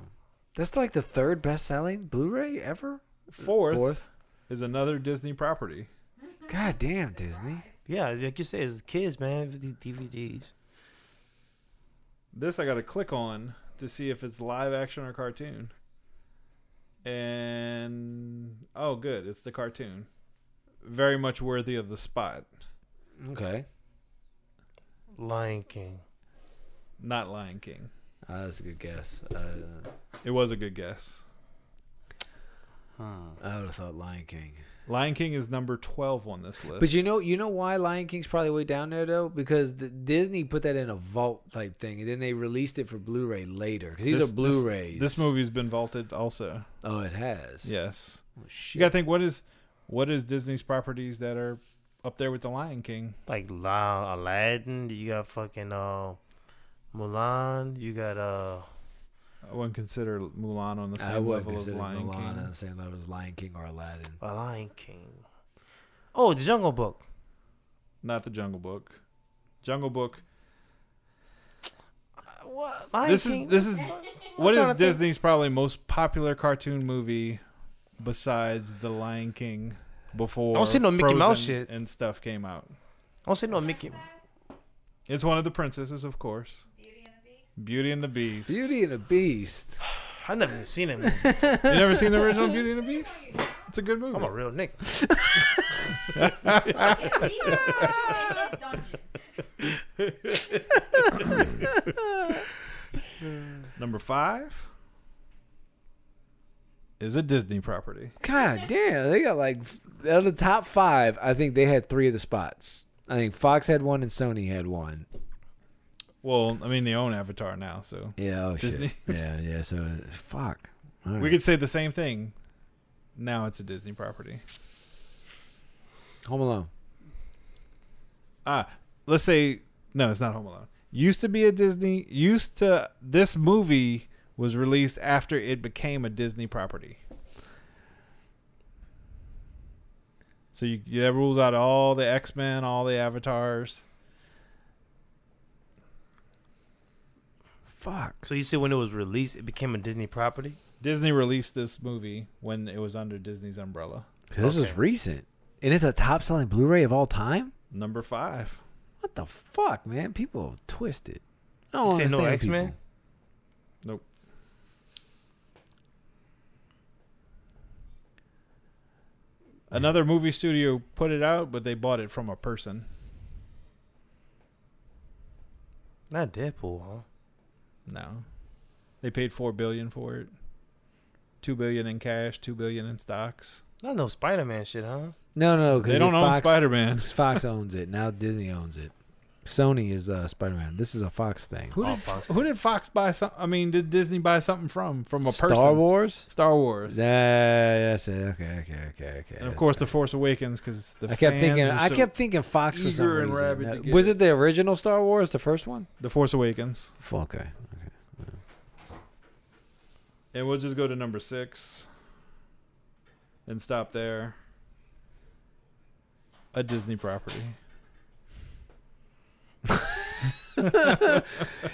S5: That's like the third best selling Blu-ray ever?
S3: Fourth, is another Disney property.
S5: God damn Disney.
S4: Yeah, like you say, it's kids, man. with These DVDs.
S3: This I got to click on to see if it's live action or cartoon. And oh, good, it's the cartoon. Very much worthy of the spot.
S5: Okay.
S4: Lion King.
S3: Not Lion King.
S5: Uh, that's a good guess. Uh,
S3: It was a good guess.
S5: I would have thought Lion King.
S3: Lion King is number twelve on this list.
S5: But you know, you know why Lion King's probably way down there though, because the, Disney put that in a vault type thing, and then they released it for Blu-ray later. 'Cause these
S3: This-
S5: are
S3: this-
S5: Blu-rays.
S3: This movie's been vaulted also.
S5: Oh, it has.
S3: Yes.
S5: Oh,
S3: You
S5: shit.
S3: gotta think what is what is Disney's properties that are up there with the Lion King?
S4: Like La Aladdin. You got fucking uh, Mulan. You got uh.
S3: I wouldn't consider Mulan on the
S5: I
S3: same
S5: would
S3: level as
S5: consider
S3: Lion
S5: Mulan on
S3: King.
S5: the same level as Lion King or Aladdin.
S4: A Lion King. Oh, the Jungle Book.
S3: Not the Jungle Book. Jungle Book.
S4: Uh, What? Lion
S3: this
S4: King?
S3: is this is what is
S4: trying to think.
S3: Disney's probably most popular cartoon movie besides The Lion King before
S4: Don't say no Mickey Mouse
S3: Frozen
S4: shit.
S3: and stuff came out.
S4: I don't say no Mickey.
S3: It's one of the princesses, of course. Beauty and the Beast.
S5: Beauty and the Beast.
S4: I never even seen that movie.
S3: You never seen the original Beauty and the Beast? It's a good movie.
S4: I'm a real nigga.
S3: Number five is a Disney property.
S5: God damn, they got like f- out of the top five. I think they had three of the spots. I think Fox had one and Sony had one.
S3: Well, I mean, they own Avatar now, so
S5: Yeah, oh
S3: Disney.
S5: shit. Yeah, yeah. So fuck. All
S3: we
S5: right.
S3: could say the same thing. Now it's a Disney property.
S5: Home Alone.
S3: Ah, let's say no, it's not Home Alone. Used to be a Disney. Used to this movie was released after it became a Disney property. So you that rules out all the X Men, all the Avatars.
S5: Fuck.
S4: So you said when it was released, it became a Disney property.
S3: Disney released this movie when it was under Disney's umbrella.
S5: This was
S4: Okay.
S5: recent, and it's a top-selling Blu-ray of all time.
S3: Number five.
S5: What the fuck, man? People are twisted. I don't
S4: You say no
S5: understand
S4: X-Men?
S5: people.
S3: Nope. Another movie studio put it out, but they bought it from a person.
S4: Not Deadpool, huh?
S3: No, they paid four billion for it. Two billion in cash, two billion in stocks.
S4: Not no Spider Man shit, huh?
S5: No, no, because
S3: They don't own
S5: Fox,
S3: Spider Man.
S5: Fox owns it now. Disney owns it. Sony is uh, Spider Man. This is a Fox thing.
S3: Who
S4: Oh,
S3: did
S4: Fox.
S3: Who did Fox buy? Some, I mean, did Disney buy something from? From a person?
S5: Star Wars.
S3: Star Wars.
S5: Yeah, that's it. Okay, okay, okay, okay.
S3: and of
S5: that's
S3: course, The
S5: right.
S3: Force Awakens because the
S5: I kept
S3: fans
S5: thinking.
S3: were
S5: I
S3: so-
S5: kept thinking Fox for some
S3: eager and
S5: reason.
S3: rabid to
S5: That-
S3: get
S5: was
S3: it.
S5: it the original Star Wars, the first one?
S3: The Force Awakens.
S5: F- Okay, okay.
S3: And we'll just go to number six and stop there. A Disney property.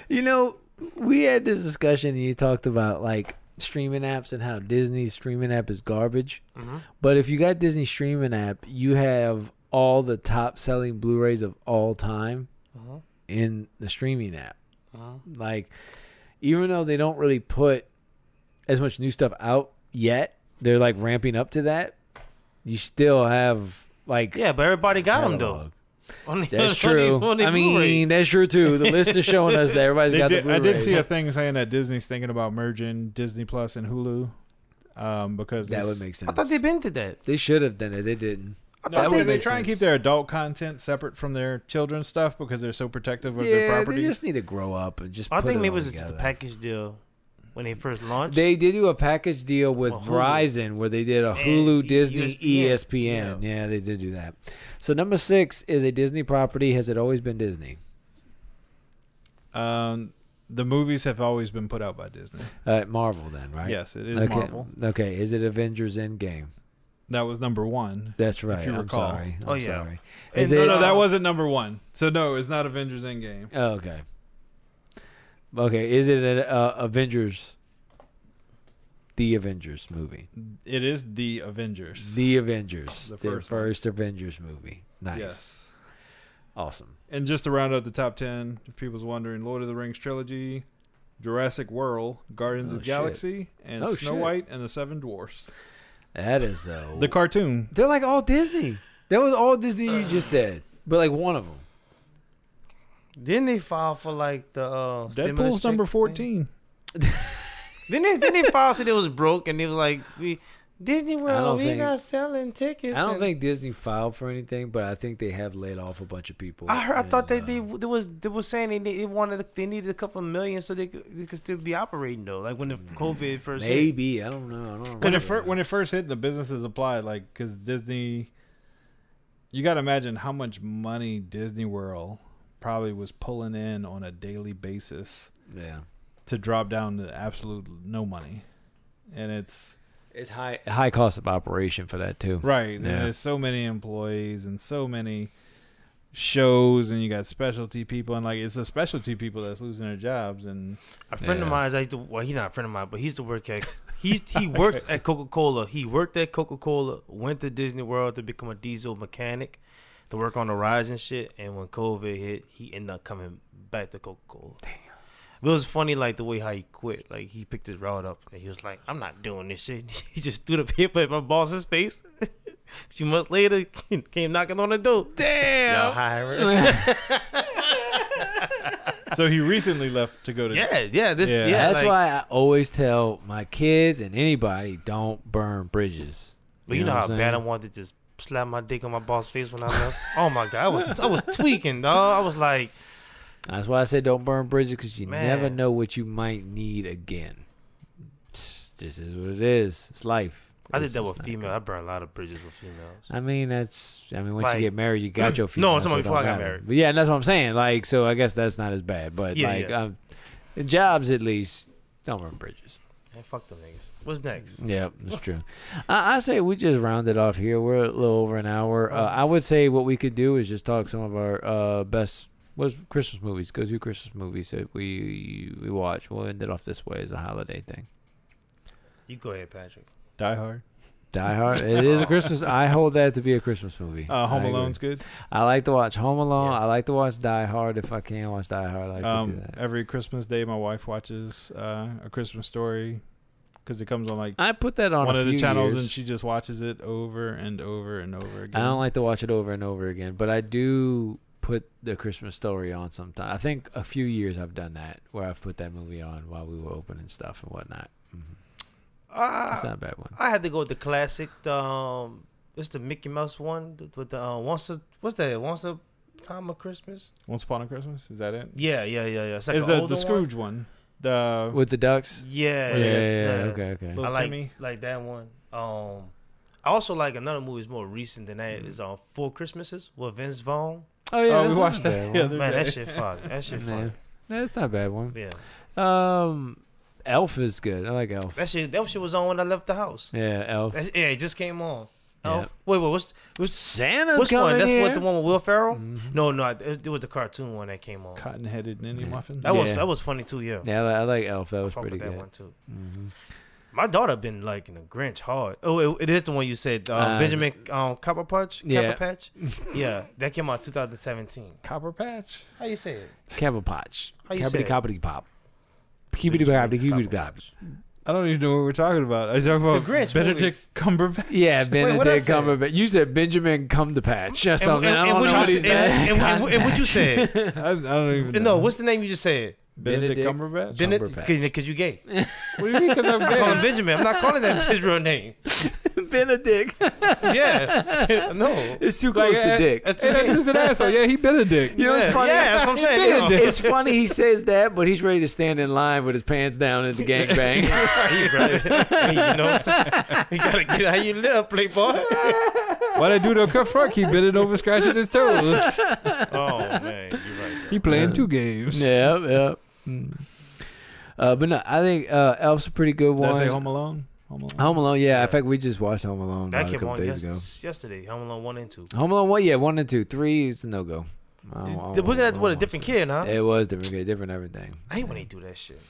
S5: You know, we had this discussion, and you talked about like streaming apps and how Disney's streaming app is garbage.
S4: Mm-hmm.
S5: But if you got Disney streaming app, you have all the top selling Blu-rays of all time
S4: Mm-hmm.
S5: in the streaming app. Like, even though they don't really put as much new stuff out yet, they're like ramping up to that. You still have like
S4: Yeah, but everybody got him though.
S5: catalog.
S4: Only-
S5: That's
S4: only-
S5: true.
S4: only
S5: I mean,
S4: Blu-ray.
S5: that's true too. The list is showing us that everybody's
S3: They
S5: got
S3: did-
S5: the
S3: I did
S5: Blu-rays.
S3: see a thing saying that Disney's thinking about merging Disney Plus and Hulu um, because
S5: that
S3: it's-
S5: would make sense.
S4: I thought they been to that.
S5: They should have done it. They didn't. I
S3: No,
S5: thought
S3: they,
S5: they,
S3: they try and keep their adult content separate from their children's stuff because they're so protective of their
S5: yeah,
S3: property.
S5: they just need to grow up and just.
S4: I
S5: put
S4: think
S5: it
S4: maybe it
S5: all
S4: was just a
S5: together.
S4: package deal when they first launched.
S5: They did do a package deal with
S4: Well, Hulu.
S5: Verizon where they did a
S4: And E
S5: Hulu, Disney, E
S4: ESPN.
S5: ESPN. Yeah. they did do that. So number six is a Disney property. Has it always been Disney?
S3: um, the movies have always been put out by Disney.
S5: Uh, Marvel then, right?
S3: Yes, it is
S5: okay.
S3: Marvel.
S5: Okay. Is it Avengers Endgame?
S3: That was number one.
S5: That's right.
S3: you
S5: I'm
S3: recall.
S5: sorry. I'm
S4: Oh, yeah.
S5: sorry.
S4: And
S5: Is
S4: no,
S5: it?
S3: No, that wasn't number one. So no, it's not Avengers Endgame.
S5: oh, okay. Okay. Is it an uh, Avengers? The Avengers movie.
S3: It is the Avengers.
S5: The Avengers.
S3: The
S5: The
S3: first
S5: first,
S3: one.
S5: Avengers movie. Nice.
S3: yes.
S5: Awesome.
S3: And just to round out the top ten, if people's wondering, Lord of the Rings trilogy, Jurassic World, Guardians
S5: Oh,
S3: of the
S5: shit.
S3: Galaxy, and
S5: Oh,
S3: Snow
S5: shit.
S3: White and the Seven Dwarfs.
S5: That is a
S3: The cartoon.
S5: They're like all Disney. That was all Disney you just said, but like one of them.
S6: Didn't they file for like the uh, stimulus
S3: Deadpool's
S6: check
S3: number
S6: thing?
S3: fourteen.
S6: Didn't they, didn't they file said it was broke and it was like we Disney
S5: don't
S6: World we
S5: think-
S6: not selling tickets.
S5: I don't
S6: and-
S5: think Disney filed for anything, but I think they have laid off a bunch of people.
S6: I heard. I thought they
S5: And,
S6: they
S5: uh,
S6: they was they were saying they, they wanted they needed a couple million so they could, they could still be operating though. Like when the COVID first hit.
S5: Mm, maybe I don't know. I don't
S3: When
S5: remember.
S3: it, fir- when it first hit, the businesses applied, like, because Disney, you got to imagine how much money Disney World probably was pulling in on a daily basis
S5: yeah,
S3: to drop down to absolute no money. And it's
S5: it's high high cost of operation for that too.
S3: right. And
S5: Yeah.
S3: there's so many employees and so many shows, and you got specialty people. And, like, it's the specialty people that's losing their jobs. And
S4: A friend of
S5: Yeah.
S4: mine is like, well, he's not a friend of mine, but he's to work at. He he works at Coca Cola. He worked at Coca Cola. Went to Disney World to become a diesel mechanic, to work on the rides and shit. And when COVID hit, he ended up coming back to Coca Cola. Damn. It was funny, like the way how he quit. Like he picked his route up, and he was like, "I'm not doing this shit." He just threw the paper at my boss's face. a few months later, came knocking on the door. Y'all
S5: Damn.
S4: hiring?
S3: so he recently left to go to.
S4: Yeah, yeah. This,
S3: Yeah.
S4: yeah.
S5: That's
S4: like-
S5: why I always tell my kids and anybody don't burn bridges.
S4: But you know,
S5: what
S4: how
S5: I'm
S4: bad I
S5: saying?
S4: wanted to just slap my dick on my boss's face when I left. oh my god, I was I was tweaking, dog. I was like,
S5: That's why I said don't burn bridges because you never
S4: Man.
S5: know what you might need again. It's- This is what it is. It's life.
S4: I did
S5: It's
S4: that
S5: just
S4: with
S5: not
S4: female.
S5: good.
S4: I burned a lot of bridges with females.
S5: I mean, that's. I mean, once
S4: Like-
S5: you get married, you got your female.
S4: No, I'm talking
S5: so it
S4: before
S5: don't
S4: I got
S5: matter.
S4: married.
S5: But yeah, and that's what I'm saying. Like, so I guess that's not as bad. But
S4: Yeah,
S5: like,
S4: yeah.
S5: um, jobs at least don't burn bridges.
S4: Man, fuck them niggas. What's next?
S5: Yeah, that's true. I, I say we just round it off here. We're a little over an hour. Uh, I would say what we could do is just talk some of our uh, best was Christmas movies. Go to Christmas movies that we we watch. We'll end it off this way as a holiday thing.
S4: You go ahead, Patrick.
S3: Die Hard.
S5: Die Hard. It is a Christmas. I hold that to be a Christmas movie.
S3: Uh, Home
S5: I agree.
S3: Alone's good.
S5: I like to watch Home Alone.
S4: Yeah.
S5: I like to watch Die Hard if I can watch Die Hard. I like to do
S3: Um,
S5: that.
S3: every Christmas day, my wife watches uh, a Christmas story because it comes on like
S5: I put that on
S3: one
S5: a
S3: of the
S5: few
S3: channels,
S5: years.
S3: and she just watches it over and over and over
S5: I
S3: again.
S5: don't like to watch it over and over again, but I do put the Christmas story on sometimes. I think a few years I've done that where I've put that movie on while we were opening stuff and whatnot. It's
S4: Uh,
S5: not a bad one.
S4: I had to go with the classic. the, Um, it's the Mickey Mouse one th- with the uh, once a what's that? Once a time of Christmas.
S3: Once upon a Christmas, is that it?
S4: Yeah, yeah, yeah, yeah. It's like
S3: Is
S4: a
S3: the the
S4: older one.
S3: Scrooge one? The
S5: With the ducks?
S4: Yeah, Oh,
S5: Yeah, yeah, yeah,
S4: the-
S5: Okay, okay.
S3: Little
S4: I like
S3: Timmy.
S4: like that one. Um, I also like another movie that's more recent than
S5: Mm-hmm.
S4: that is on Four Christmases with Vince Vaughn.
S5: Oh, yeah.
S3: oh, we
S5: that's not
S3: watched
S5: a
S3: that
S5: bad
S3: the
S5: one.
S3: other
S4: Man,
S3: day.
S4: that shit fun. That shit fun.
S5: Yeah. That's not a bad one.
S4: Yeah,
S5: Um, Elf is good. I like Elf.
S4: that shit. That shit was on when I left the house.
S5: Yeah, Elf.
S4: That, yeah, it just came on.
S5: Yeah.
S4: Elf. Wait, wait, what's what's
S5: Santa's
S4: what's
S5: coming
S4: one? That's
S5: here.
S4: what the one with Will Ferrell.
S5: Mhm.
S4: No, no, it, it was the cartoon one that came on.
S3: Mm-hmm. Cotton-headed ninny
S5: Yeah.
S3: muffin.
S4: That was
S5: Yeah.
S4: that was funny too. Yeah,
S5: Yeah, I li- I like Elf. That
S4: I
S5: was
S4: fuck
S5: pretty
S4: with that
S5: good.
S4: one too.
S3: Mm-hmm.
S5: hmm
S4: My daughter been liking the Grinch hard. Oh, it, it is the one you said, um,
S5: Uh,
S4: Benjamin um, Copper Patch.
S5: Yeah.
S4: Copper Patch. yeah, that came out 2017.
S3: Copper Patch.
S4: How you say it?
S5: Campbell Potch.
S4: How you say
S5: Cabbity
S4: it?
S5: cobbity pop. Kibbity bobbity kibbity bop.
S3: I don't even know what we're talking about. I talk about
S4: Grinch
S3: Benedict Cumberbatch.
S5: Yeah,
S4: what I
S5: Benedict
S4: said?
S5: Cumberbatch. You said Benjamin Cumberbatch or something. I don't
S4: what
S5: know
S4: you
S5: what he
S4: s- and-
S5: said.
S4: and- and- and what you said?
S3: I, I don't even know.
S4: No, what's the name you just said?
S3: Benedict,
S5: Benedict-
S3: Cumberbatch?
S4: Bennett?
S5: Cumberbatch.
S4: Because you gay.
S3: what do you mean? Because I'm
S4: I'm
S3: gay.
S4: calling Benjamin. I'm not calling that his real name.
S5: been a dick.
S6: yeah, no.
S5: It's too close
S3: eh,
S5: to dick.
S6: That's
S3: Hey, that dude's an asshole. Yeah, he been a dick.
S5: You know what's
S6: yeah,
S5: funny?
S6: yeah, that's what I'm saying.
S3: been a
S6: yo.
S3: dick.
S5: It's funny he says that, but he's ready to stand in line with his pants down at the gangbang.
S6: Right, right. Hey, you know what I'm saying? You gotta get how you live, playboy.
S3: Why that dude don't come front? He been it over scratching his toes.
S6: Oh man, you're right.
S3: He playing two games.
S5: yeah, yeah. Mm. Uh, but no, I think uh, Elf's a pretty good
S3: Did
S5: one.
S3: I say Home Alone? Home Alone.
S5: Home Alone, yeah. In fact, we just watched Home Alone
S4: That
S5: uh, a
S4: came
S5: couple
S4: on
S5: days ago.
S4: yes, yesterday. Home Alone one and two.
S5: Home Alone, what? Yeah, one and two, three. It's a no go. Oh,
S4: Wasn't that what a different kid, huh?
S5: It was different, kid, different everything.
S4: I hate when they do that shit.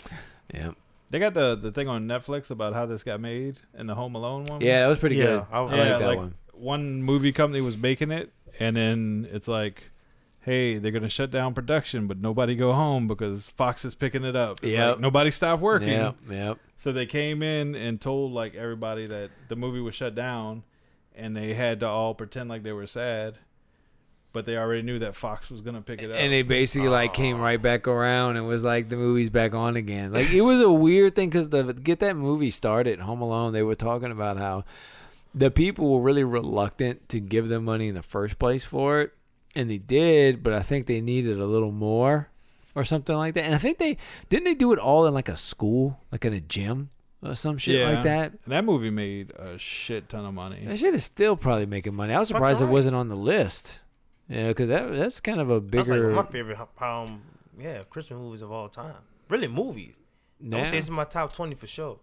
S5: Yeah,
S3: They got the, the thing on Netflix about how this got made and the Home Alone one.
S5: yeah, that was pretty
S4: Um, Yeah,
S5: good.
S4: I-
S5: I,
S4: yeah,
S5: like that
S3: like-
S5: one.
S3: One movie company was making it, and then it's like, hey, they're gonna shut down production, but nobody go home because Fox is picking it up. It's
S5: Yep.
S3: like, nobody stopped working.
S5: Yep, yep.
S3: So they came in and told like everybody that the movie was shut down, and they had to all pretend like they were sad, but they already knew that Fox was gonna pick it up.
S5: And they basically like came right back around and was like the movie's back on again. Like it was a weird thing because the get that movie started, Home Alone, they were talking about how the people were really reluctant to give them money in the first place for it, and they did, but I think they needed a little more or something like that. And I think they didn't they do it all in like a school, like in a gym or some shit like that.
S3: And that movie made a shit ton of money.
S5: That shit is still probably making money. I was surprised it
S4: right.
S5: wasn't on the list. Yeah, because that that's kind of a
S4: That's like
S5: bigger.
S4: one of my favorite um yeah Christmas movies of all time. Really movies. I
S5: Yeah.
S4: would say it's in my top twenty for sure.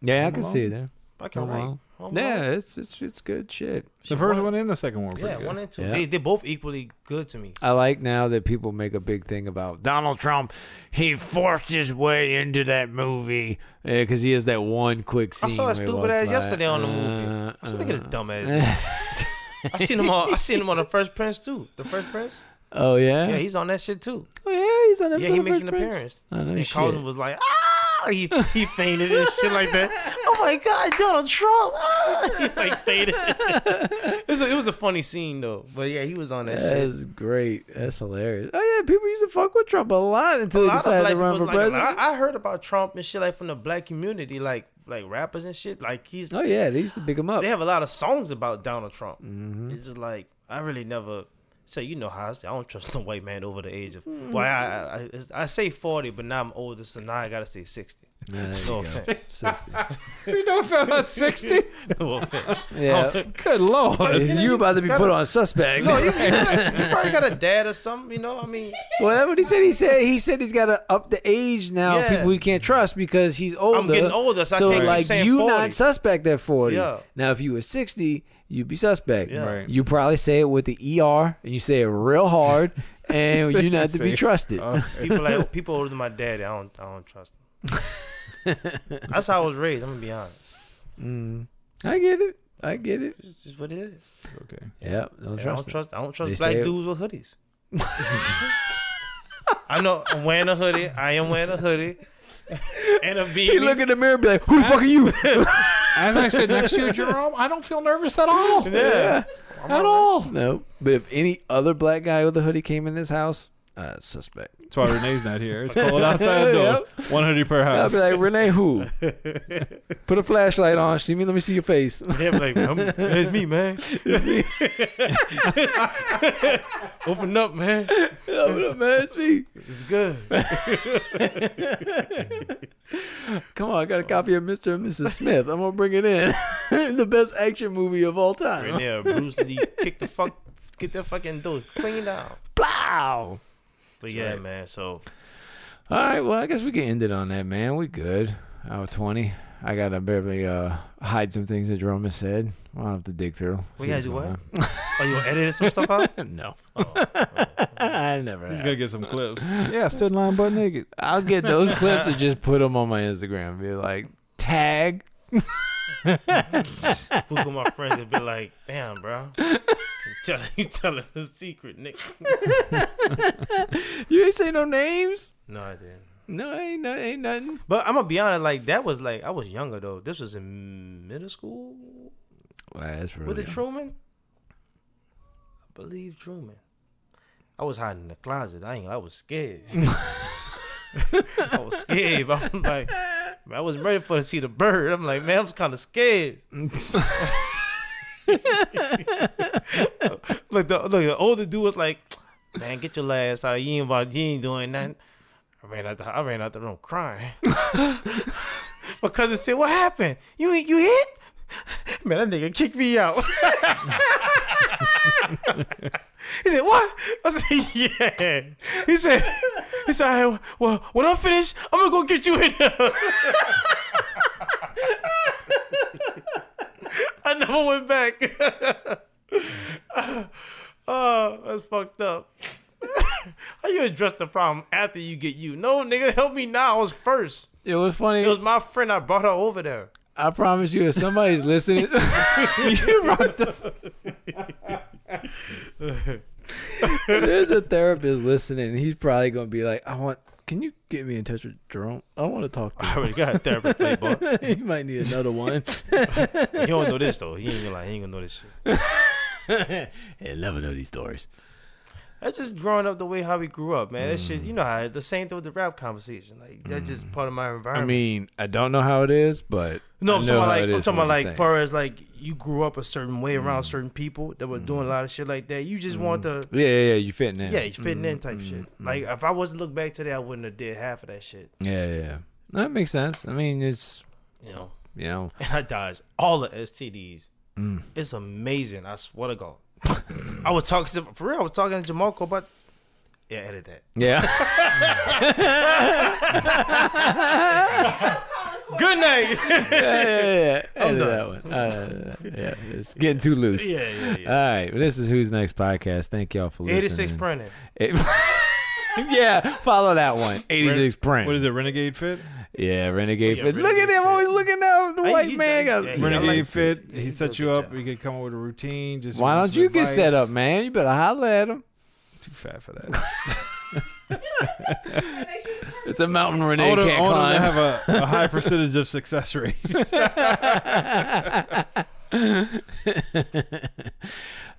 S5: Yeah, I can see that.
S4: Fucking
S5: Home
S4: right.
S5: Alone.
S4: Home
S5: Oh, Yeah,
S4: Alone.
S5: it's it's it's good shit.
S3: The first one and the second one were pretty
S4: Yeah,
S3: good.
S4: one and two.
S5: Yeah.
S4: They they both equally good to me.
S5: I like now that people make a big thing about Donald Trump. He forced his way into that movie because he has that one quick
S4: I
S5: scene.
S4: saw
S5: where
S4: a
S5: he
S4: stupid
S5: walks
S4: ass
S5: by.
S4: yesterday on the
S5: Uh,
S4: movie. I said, look at
S5: uh.
S4: this dumb ass. I seen him on. I seen him on the First Prince too. The First Prince.
S5: Oh yeah,
S4: Yeah, he's on that shit too.
S5: oh, yeah, he's on
S4: Yeah,
S5: episode
S4: he
S5: of
S4: makes
S5: Fresh
S4: an
S5: Prince.
S4: appearance.
S5: Oh, no
S4: and
S5: shit.
S4: Colin was like, ah, he, he fainted and shit like that. Oh my God, Donald Trump! Ah! He like fainted. it, was a, it was a funny scene though, but yeah, he was on that shit.
S5: That's great. That's hilarious. Oh yeah, people used to fuck with Trump a lot until
S4: A
S5: he
S4: lot of
S5: decided to
S4: black
S5: run
S4: people
S5: for
S4: like-
S5: president.
S4: I, I heard about Trump and shit like from the black community, like like rappers and shit. Like he's
S5: Oh yeah, they used to pick him up.
S4: they have a lot of songs about Donald Trump.
S5: Mm-hmm.
S4: It's just like I really never say you know how I say I don't trust no white man over the age of well I I, I, I say forty, but now I'm older, so now I gotta say sixty.
S5: Yeah, there you
S4: No
S5: go.
S4: offense.
S5: 60.
S3: You don't feel about sixty?
S4: no offense.
S5: Yeah,
S3: Good lord.
S5: Is you about to be put on suspect.
S4: Oh, No, you, you probably got a dad or something, you know. I mean,
S5: Well, that's what he said. He said he said he's got to up the age now.
S4: Yeah.
S5: People he can't trust because he's older.
S4: getting older, so I can't keep
S5: like
S4: saying
S5: you
S4: 40.
S5: not suspect at forty.
S4: Yeah.
S5: Now, if you were sixty, you'd be suspect.
S4: Yeah.
S3: Right.
S5: You probably say it with the er, and you say it real hard, and
S3: Say-
S5: you're not to
S3: say
S5: be
S3: it.
S5: trusted.
S4: people like people older than my daddy. I don't, I don't trust. Them. That's how I was raised. I'm gonna be honest.
S5: Mm. I get it. I get it.
S4: It's just what it is.
S3: okay.
S5: Yeah. Don't
S4: And I
S5: trust.
S4: don't
S5: it.
S4: trust. I don't
S5: They
S4: trust
S5: say
S4: black
S5: it-
S4: dudes with hoodies. I know I'm wearing a hoodie. I am wearing a hoodie and a beanie.
S5: He look in the mirror and be like, "Who the fuck are you?"
S3: As I said next to you, Jerome, I don't feel nervous at all.
S5: yeah.
S3: At all.
S5: No. But if any other black guy with a hoodie came in this house, uh, suspect.
S3: That's why Renee's not here. It's cold outside though. One hoodie per
S5: I'll
S3: house.
S5: be like, Renee, who? Put a flashlight on. See me. Let me see your face.
S4: They're like, I'm, it's me, man. Open up, man.
S5: Open up, man. It's me.
S4: It's good.
S5: Come on, I got a copy of Mr. and Mrs. Smith. I'm gonna bring it in. the best action movie of all time.
S4: Right there, Bruce Lee kick the fuck, get that fucking door clean down.
S5: Blow.
S4: But yeah, man. So
S5: All right. Well, I guess we can end it on that, man. We good. Hour twenty. I gotta barely uh, hide some things that Jerome has said. I'll have to dig through.
S4: we
S5: See
S4: gotta
S5: what's
S4: do
S5: going
S4: what? Are oh, you editing some stuff out? Oh,
S5: on. no. I never.
S3: He's
S5: have.
S3: gonna get some clips. Yeah, stood in line butt naked.
S5: I'll get those clips and just put them on my Instagram. Be like, tag
S4: Fuku, my friend, would be like, "Damn, bro, you telling you telling the secret, Nick."
S5: You ain't say no names.
S4: No, I didn't.
S5: No, ain't no, ain't nothing.
S4: But I'm gonna be honest. Like that was like I was younger though. This was in middle school
S5: that's really
S4: with the Truman. I believe Truman. I was hiding in the closet. I ain't. I was scared. I was scared. I'm like, I was ready for to see the bird. I'm like, man, I'm kind of scared. Look, the, look, the older dude was like, "Man, get your ass out! You ain't about, you ain't doing nothing." I ran out the, I ran out the room crying. My cousin said, "What happened? You ain't you hit?" Man, that nigga kicked me out. he said, "What?" I said, "Yeah." He said, "He said, "Hey, well, when I'm finished, I'm gonna go get you in." there." I never went back. Oh, that's fucked up. How you address the problem after you get you? No, nigga, help me now. I was first.
S5: It was funny.
S4: It was my friend. I brought her over there.
S5: I promise you, if somebody's listening, you brought the. If There's a therapist listening. and He's probably gonna be like, "I want. Can you get me in touch with Jerome? I want to talk to
S4: I already got a therapist playbook.
S5: him. he might need another one."
S4: He don't know this though. He ain't gonna lie. He ain't gonna know this shit.
S5: hey, never know these stories.
S4: That's just growing up the way how we grew up, man. That shit, you know, how the same thing with the rap conversation. Like that's just part of my environment.
S5: Mm. I mean, I don't know how it is, but
S4: No,
S5: I
S4: I'm talking
S5: know how
S4: about like I'm
S5: it is
S4: talking
S5: from
S4: about
S5: what
S4: like
S5: you're saying. Mm.
S4: far as like you grew up a certain way around certain people that were doing a lot of shit like that. You just want the
S5: yeah, yeah, Mm. yeah, Mm. you fitting in. Mm-hmm.
S4: yeah, you fitting in type shit. Like if I wasn't look back today, I wouldn't have did half of that shit.
S5: yeah, yeah, yeah. That makes sense. I mean, it's
S4: You know,
S5: you know,
S4: and I dodged all the STDs.
S5: Mm.
S4: It's amazing. I swear to God. I was talking to for real. I was talking to Jamalco about yeah, edit that.
S5: yeah.
S4: Good night.
S5: yeah, yeah, yeah. Edit that one. Uh, yeah, it's getting too loose.
S4: yeah, yeah, yeah.
S5: All right, well, this is Who's Next podcast. Thank y'all for listening.
S4: Eighty six Brennan.
S5: It- yeah, follow that one. 86 print.
S3: What is it, Renegade Fit?
S5: Yeah, Renegade.
S4: Oh, Yeah,
S5: Fit. Look at
S4: Renegade
S5: him
S4: Fit.
S5: always looking up. The
S4: Hey,
S5: white
S4: he-
S5: man.
S4: he-
S5: got-
S4: yeah, he-
S3: Renegade
S4: I like
S3: Fit.
S4: Fit.
S3: He
S4: He
S3: sets
S4: does a
S3: you
S4: good
S3: up.
S4: job.
S3: We could come up with a routine. Just give
S5: Why
S3: him
S5: don't
S3: some
S5: you get set
S3: advice.
S5: up, man? You better holler at him.
S3: Too fat for that.
S5: It's a mountain
S3: I
S5: Renee
S3: want him
S5: can't
S3: to
S5: climb.
S3: have a, a high percentage of success rate.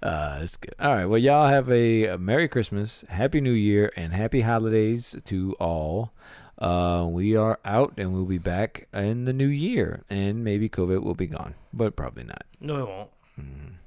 S5: uh, it's good. All right. Well, y'all have a, a Merry Christmas, Happy New Year, and Happy Holidays to all. Uh, we are out and we'll be back in the new year, and maybe COVID will be gone, but probably not.
S4: No, it won't.